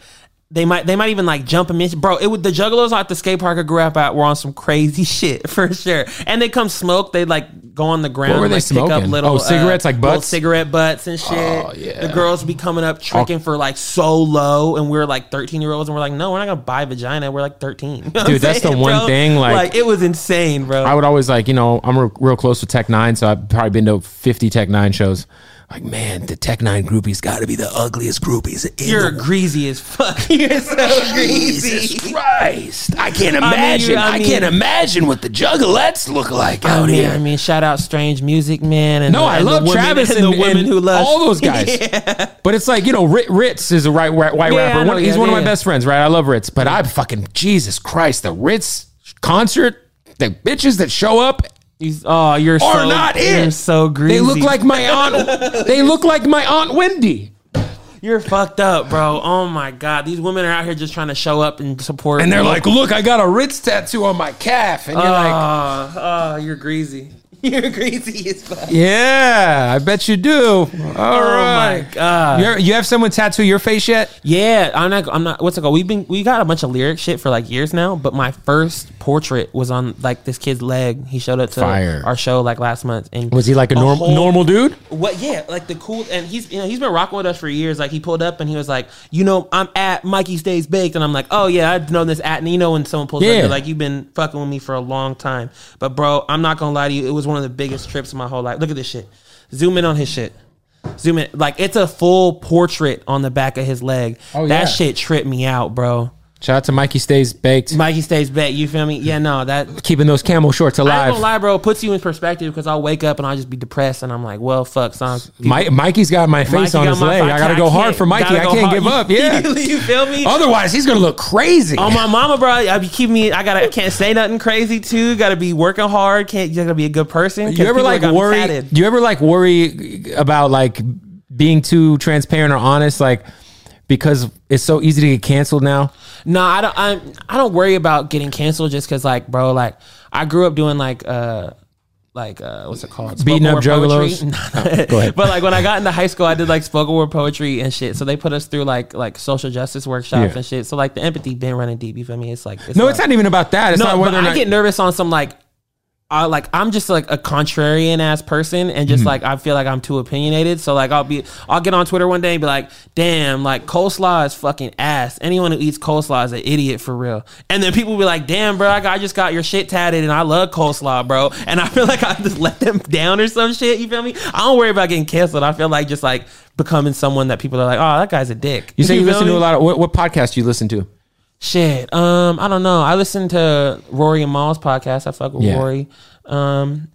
B: they might they might even like jump and miss, bro. It would the Juggalos at the skate park I grew up at were on some crazy shit for sure. And they come smoke, they like go on the ground,
A: What were
B: and,
A: they
B: like, Pick
A: smoking?
B: up little uh,
A: Oh, cigarettes, like
B: little
A: butts? Oh,
B: cigarette butts and shit.
A: yeah.
B: The girls be coming up tricking for like so low, and we are like thirteen year olds, and we're like, no, we're not gonna buy vagina. We're like thirteen, You know what
A: Dude,
B: I'm
A: that's the one thing, like-
B: it was insane, bro.
A: I would always like, you know, I'm re- real close to Tech Nine, so I've probably been to 50 Tech Nine shows. Like, man, the Tech Nine groupies got to be the ugliest groupies. In
B: you're
A: the
B: greasy as fuck. You're so greasy.
A: Jesus Christ! I can't
B: mean,
A: imagine.
B: you-
A: I,
B: I mean-
A: can't imagine what the Juggalettes look like
B: I
A: out
B: mean,
A: here.
B: Oh, I mean, shout out Strange Music Man and
A: no,
B: the-
A: I
B: and the
A: love
B: women-
A: Travis and,
B: and, the women
A: and
B: who love
A: all those guys. But it's like you know, Rit- Ritz is a right white white
B: Yeah,
A: rapper.
B: I know,
A: One- he's
B: yeah,
A: one
B: yeah.
A: of my best friends, right? I love Ritz, but I fucking Jesus Christ, the Ritz concert, the bitches that show up
B: These- oh, you're
A: are
B: so,
A: not
B: you're
A: it.
B: so greasy.
A: They look like my aunt. they look like my aunt Wendy.
B: you're fucked up, bro. Oh my god, these women are out here just trying to show up and support.
A: And they're like, "Look, I got a Ritz tattoo on my calf," and you're like,
B: oh, oh, you're greasy. You're greasy as fuck.
A: "Yeah, I bet you do." All right.
B: Oh my God.
A: You're, you have someone tattoo your face yet?
B: Yeah, I'm not. I'm not. What's it called? We've been. We got a bunch of lyric shit for like years now. But my first portrait was on like this kid's leg. He showed up to
A: Fire.
B: our show like last month. And
A: Was he like a, norm,
B: whole-
A: normal dude?
B: What? Yeah, like the cool, and he's you know he's been rocking with us for years. Like he pulled up and he was like, you know, I'm at Mikey Stays Baked, and I'm like, oh yeah, I've known this at, and you know when someone pulls up,
A: Yeah.
B: they're like you've been fucking with me for a long time. But bro, I'm not gonna lie to you, it was one of the biggest trips of my whole life. Look at this shit. Zoom in on his shit. Zoom in, like it's a full portrait on the back of his leg.
A: Oh,
B: that
A: yeah.
B: shit tripped me out, bro.
A: Shout out to Mikey Stays Baked,
B: Mikey Stays Baked, you feel me? Yeah, no, that
A: keeping those camel shorts
B: I ain't
A: alive.
B: gonna lie, bro. It puts you in perspective because I'll wake up and I'll just be depressed, and I'm like, well, fuck, son.
A: Mi- Mikey's got my face
B: Mikey
A: on
B: got
A: his
B: my
A: leg.
B: fuck-
A: I gotta go hard
B: can't-
A: for Mikey.
B: gotta
A: I
B: go
A: can't
B: hard.
A: give up. Yeah.
B: you feel me?
A: Otherwise, he's gonna look crazy.
B: Oh my mama, bro! I be keeping me. I gotta. I can't say nothing crazy too. Gotta be working hard. Can't. You gotta be a good person. 'cause
A: you ever
B: people
A: like
B: got me
A: worry
B: tatted.
A: you ever like worry about like being too transparent or honest like because it's so easy to get canceled now
B: No, I don't. I'm, I don't worry about getting canceled just because, like, bro, like I grew up doing like, uh, like uh, what's it called?
A: Beating
B: Spoken
A: up
B: word
A: juggalos?
B: poetry.
A: go ahead.
B: but like when I got into high school, I did like spoken word poetry and shit. So they put us through like like social justice workshops
A: Yeah.
B: and shit. So like the empathy been running deep. You feel me? It's like
A: no
B: like-
A: it's not even about that it's
B: no,
A: not
B: but
A: whether or
B: I
A: not
B: get nervous on some like, I like I'm just like a contrarian ass person, and
A: Mm-hmm.
B: just like I feel like I'm too opinionated. So like I'll be I'll get on Twitter one day and be like, damn, like coleslaw is fucking ass. Anyone who eats coleslaw is an idiot for real. And then people be like, damn, bro, like, I just got your shit tatted, and I love coleslaw, bro. And I feel like I just let them down or some shit. You feel me? I don't worry about getting canceled. I feel like just like becoming someone that people are like, oh, that guy's a dick.
A: you say you
B: feel
A: listen
B: me?
A: to a lot of what, what podcast do you listen to
B: Shit. Um, I don't know. I listen to Rory and Maul's podcast. I fuck with
A: Yeah.
B: Rory. Um,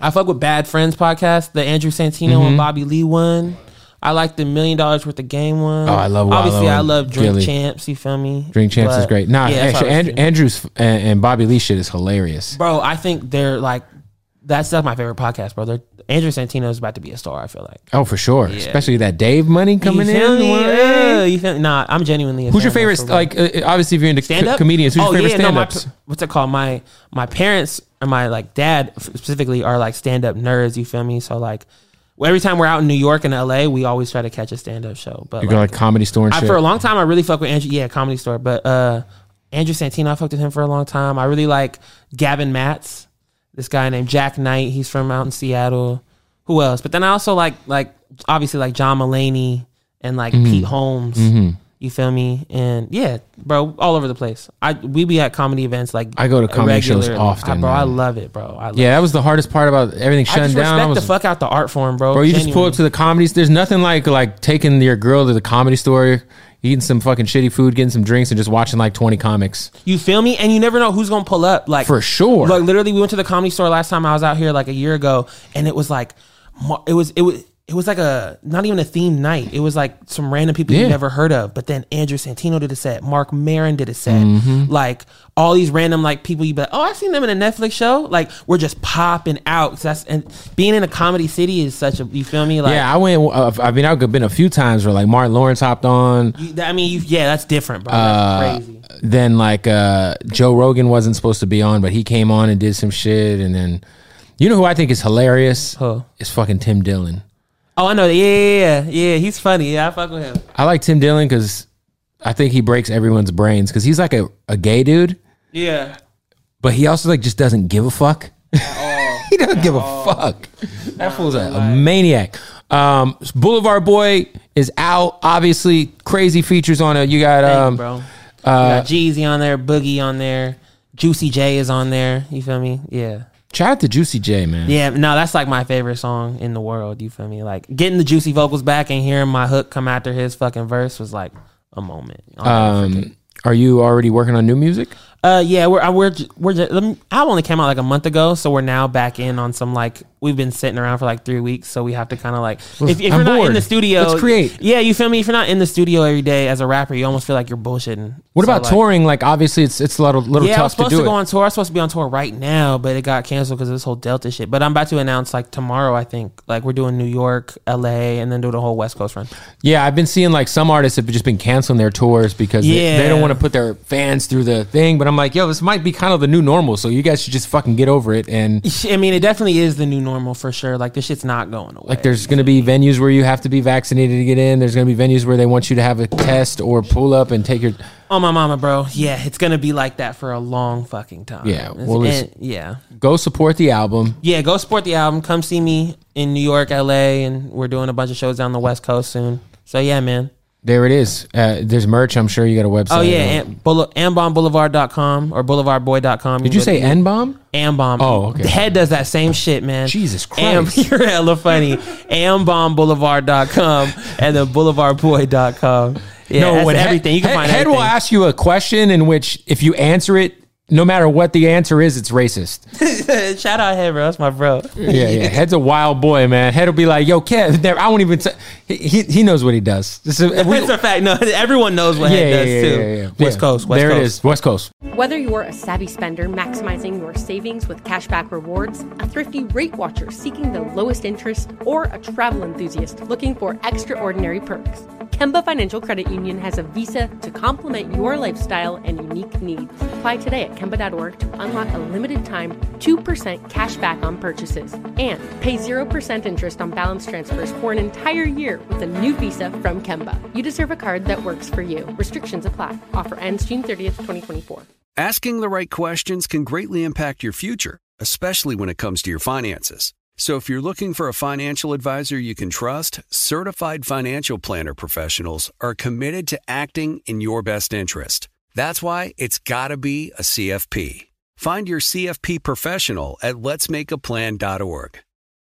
B: I fuck with Bad Friends podcast, the Andrew Santino
A: Mm-hmm.
B: and Bobby Lee one. I like the Million Dollars Worth of Game one.
A: Oh, I love Wallow
B: Obviously, I
A: and
B: love Drink
A: Gilly.
B: Champs. You feel me?
A: drink champs is
B: But,
A: great nah
B: yeah, that's
A: actually,
B: what I
A: And-
B: listen to.
A: andrew's and, and bobby lee shit is hilarious
B: bro, I think they're like that's that's my favorite podcast, bro. They're, Andrew Santino is about to be a star. I feel like
A: oh for sure especially that dave money coming
B: you
A: in
B: feel me?
A: What?
B: Yeah, you feel nah? I'm genuinely. A
A: who's
B: fan,
A: your
B: though,
A: favorite
B: for real.
A: like uh, obviously if you're into
B: stand
A: co-
B: up Oh,
A: comedians who's your favorite
B: no,
A: stand
B: my
A: ups
B: pa- what's it called? My my parents and my like dad f- specifically are like stand up nerds. You feel me? So like well, every time we're out in New York and L.A., we always try to catch a stand up show. But
A: you go
B: like,
A: like comedy store and
B: I,
A: shit
B: for a long time, I really fuck with Andrew. Yeah, Comedy Store, but uh, Andrew Santino, I fucked with him for a long time. I really like Gavin Matz, this guy named Jack Knight. He's from out in Seattle. Who else? But then I also like like obviously like John Mulaney and like
A: Mm-hmm.
B: Pete Holmes. You feel me? And yeah, bro, all over the place. I we be at comedy events like
A: I go to comedy shows
B: regularly.
A: often,
B: I, bro. I
A: man.
B: love it, bro. I love
A: yeah that was the hardest part about everything
B: I
A: shutting
B: just
A: down I
B: respect
A: was
B: the fuck out the art form, bro.
A: Bro, you just pull up
B: Genuinely.
A: to the comedies. There's nothing like like taking your girl to the comedy store, eating some fucking shitty food, getting some drinks, and just watching like 20 comics.
B: You feel me? And you never know who's gonna pull up. Like
A: For sure.
B: Like literally, we went to the comedy store last time I was out here like a year ago, and it was like, mar- it was it was it was like a not even a themed night. It was like some random people
A: Yeah.
B: you never heard of. But then Andrew Santino did a set, Mark Marin did a set,
A: Mm-hmm.
B: like all these random like people you be like, oh, I seen them in a Netflix show. Like we're just popping out. So that's and being in a comedy city is such a you feel me like.
A: yeah, I went. Uh, I mean, I've been a few times where like Martin Lawrence hopped on.
B: you- I mean, you, yeah, that's different, bro.
A: Uh,
B: That's crazy.
A: Then like uh, Joe Rogan wasn't supposed to be on, but he came on and did some shit. And then you know who I think is hilarious?
B: Who?
A: It's fucking Tim Dillon.
B: Oh, I know. Yeah, yeah, yeah, yeah. He's funny. Yeah, I fuck with him.
A: I like Tim Dillon because I think he breaks everyone's brains because he's like a, a gay dude,
B: Yeah.
A: but he also like just doesn't give a fuck. he doesn't give a fuck. That fool's a, a maniac. Um, Boulevard Boy is out. Obviously, crazy features on it. You got
B: Thank you,
A: um,
B: bro. you got Jeezy on there, Boogie on there, Juicy J is on there. You feel me? Yeah.
A: shout out to Juicy J, man.
B: Yeah, no, that's like my favorite song in the world. You feel me? Like getting the juicy vocals back and hearing my hook come after his fucking verse was like a moment. I'll never forget.
A: Um, are you already working on new music?
B: uh, yeah, we're uh, we're j- we're just, album only came out like a month ago, so we're now back in on some like we've been sitting around for like three weeks, so we have to kind of like if, if
A: I'm
B: you're not in
A: bored.
B: the studio,
A: Let's create.
B: Yeah, you feel me? If you're not in the studio every day as a rapper, you almost feel like you're bullshitting.
A: What
B: So,
A: about
B: like,
A: touring? Like, obviously, it's it's a little little
B: Yeah, I was
A: tough to
B: supposed
A: do
B: to,
A: it.
B: go on tour. I was supposed to be on tour right now, but it got canceled because of this whole Delta shit. But I'm about to announce like tomorrow. I think like we're doing New York, LA, and then do the whole West Coast run.
A: Yeah, I've been seeing like some artists have just been canceling their tours because they- they,
B: Yeah.
A: don't want to put their fans through the thing. But I'm like, yo, this might be kind of the new normal. So you guys should just fucking get over it. And
B: I mean, it definitely is the new normal for sure. Like this shit's not going away.
A: like, there's going to be venues where you have to be vaccinated to get in. There's going to be venues where they want you to have a test or pull up and take your.
B: oh my mama, bro. Yeah, it's gonna be like that for a long fucking time.
A: Yeah,
B: It's-
A: well, it's-
B: and- yeah,
A: Go support the album.
B: yeah. Go support the album. Come see me in New York, LA, and we're doing a bunch of shows down the West Coast soon. So yeah, man.
A: There it is. Uh, there's merch. I'm sure you got a website.
B: Oh yeah,
A: Uh,
B: and, Boule- ambomboulevard.com or boulevardboy.com.
A: Did you
B: go
A: say
B: to-
A: N bomb?
B: Ambom.
A: Oh, okay.
B: The head does that same shit, man.
A: Jesus
B: Am-
A: Christ.
B: you're hella funny. AmbomBoulevard.com and then BoulevardBoy.com. Yeah, that's
A: when Head-
B: everything. You can
A: Head-
B: find
A: Head
B: everything.
A: will ask you a question in which if you answer it, no matter what the answer is, it's racist.
B: Uh, Shout out Head, bro. That's my bro.
A: Yeah, yeah. Head's a wild boy, man. Head will be like, "Yo, Kev, there, I won't even." T-. He, he he knows what he does. This is, we-
B: That's a fact. No, everyone knows what Head does too. West Coast, West
A: there
B: Coast.
A: it is, West Coast.
C: Whether you're a savvy spender maximizing your savings with cashback rewards, a thrifty rate watcher seeking the lowest interest, or a travel enthusiast looking for extraordinary perks, Kemba Financial Credit Union has a visa to complement your lifestyle and unique needs. Apply today at Kemba.org to unlock a limited time 2% cash back on purchases and pay 0% interest on balance transfers for an entire year with a new visa from Kemba. You deserve a card that works for you. Restrictions apply. Offer ends June 30th, 2024.
D: Asking the right questions can greatly impact your future, especially when it comes to your finances. So if you're looking for a financial advisor you can trust, certified financial planner professionals are committed to acting in your best interest. That's why it's got to be a CFP. Find your CFP professional at letsmakeaplan.org.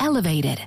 E: elevated.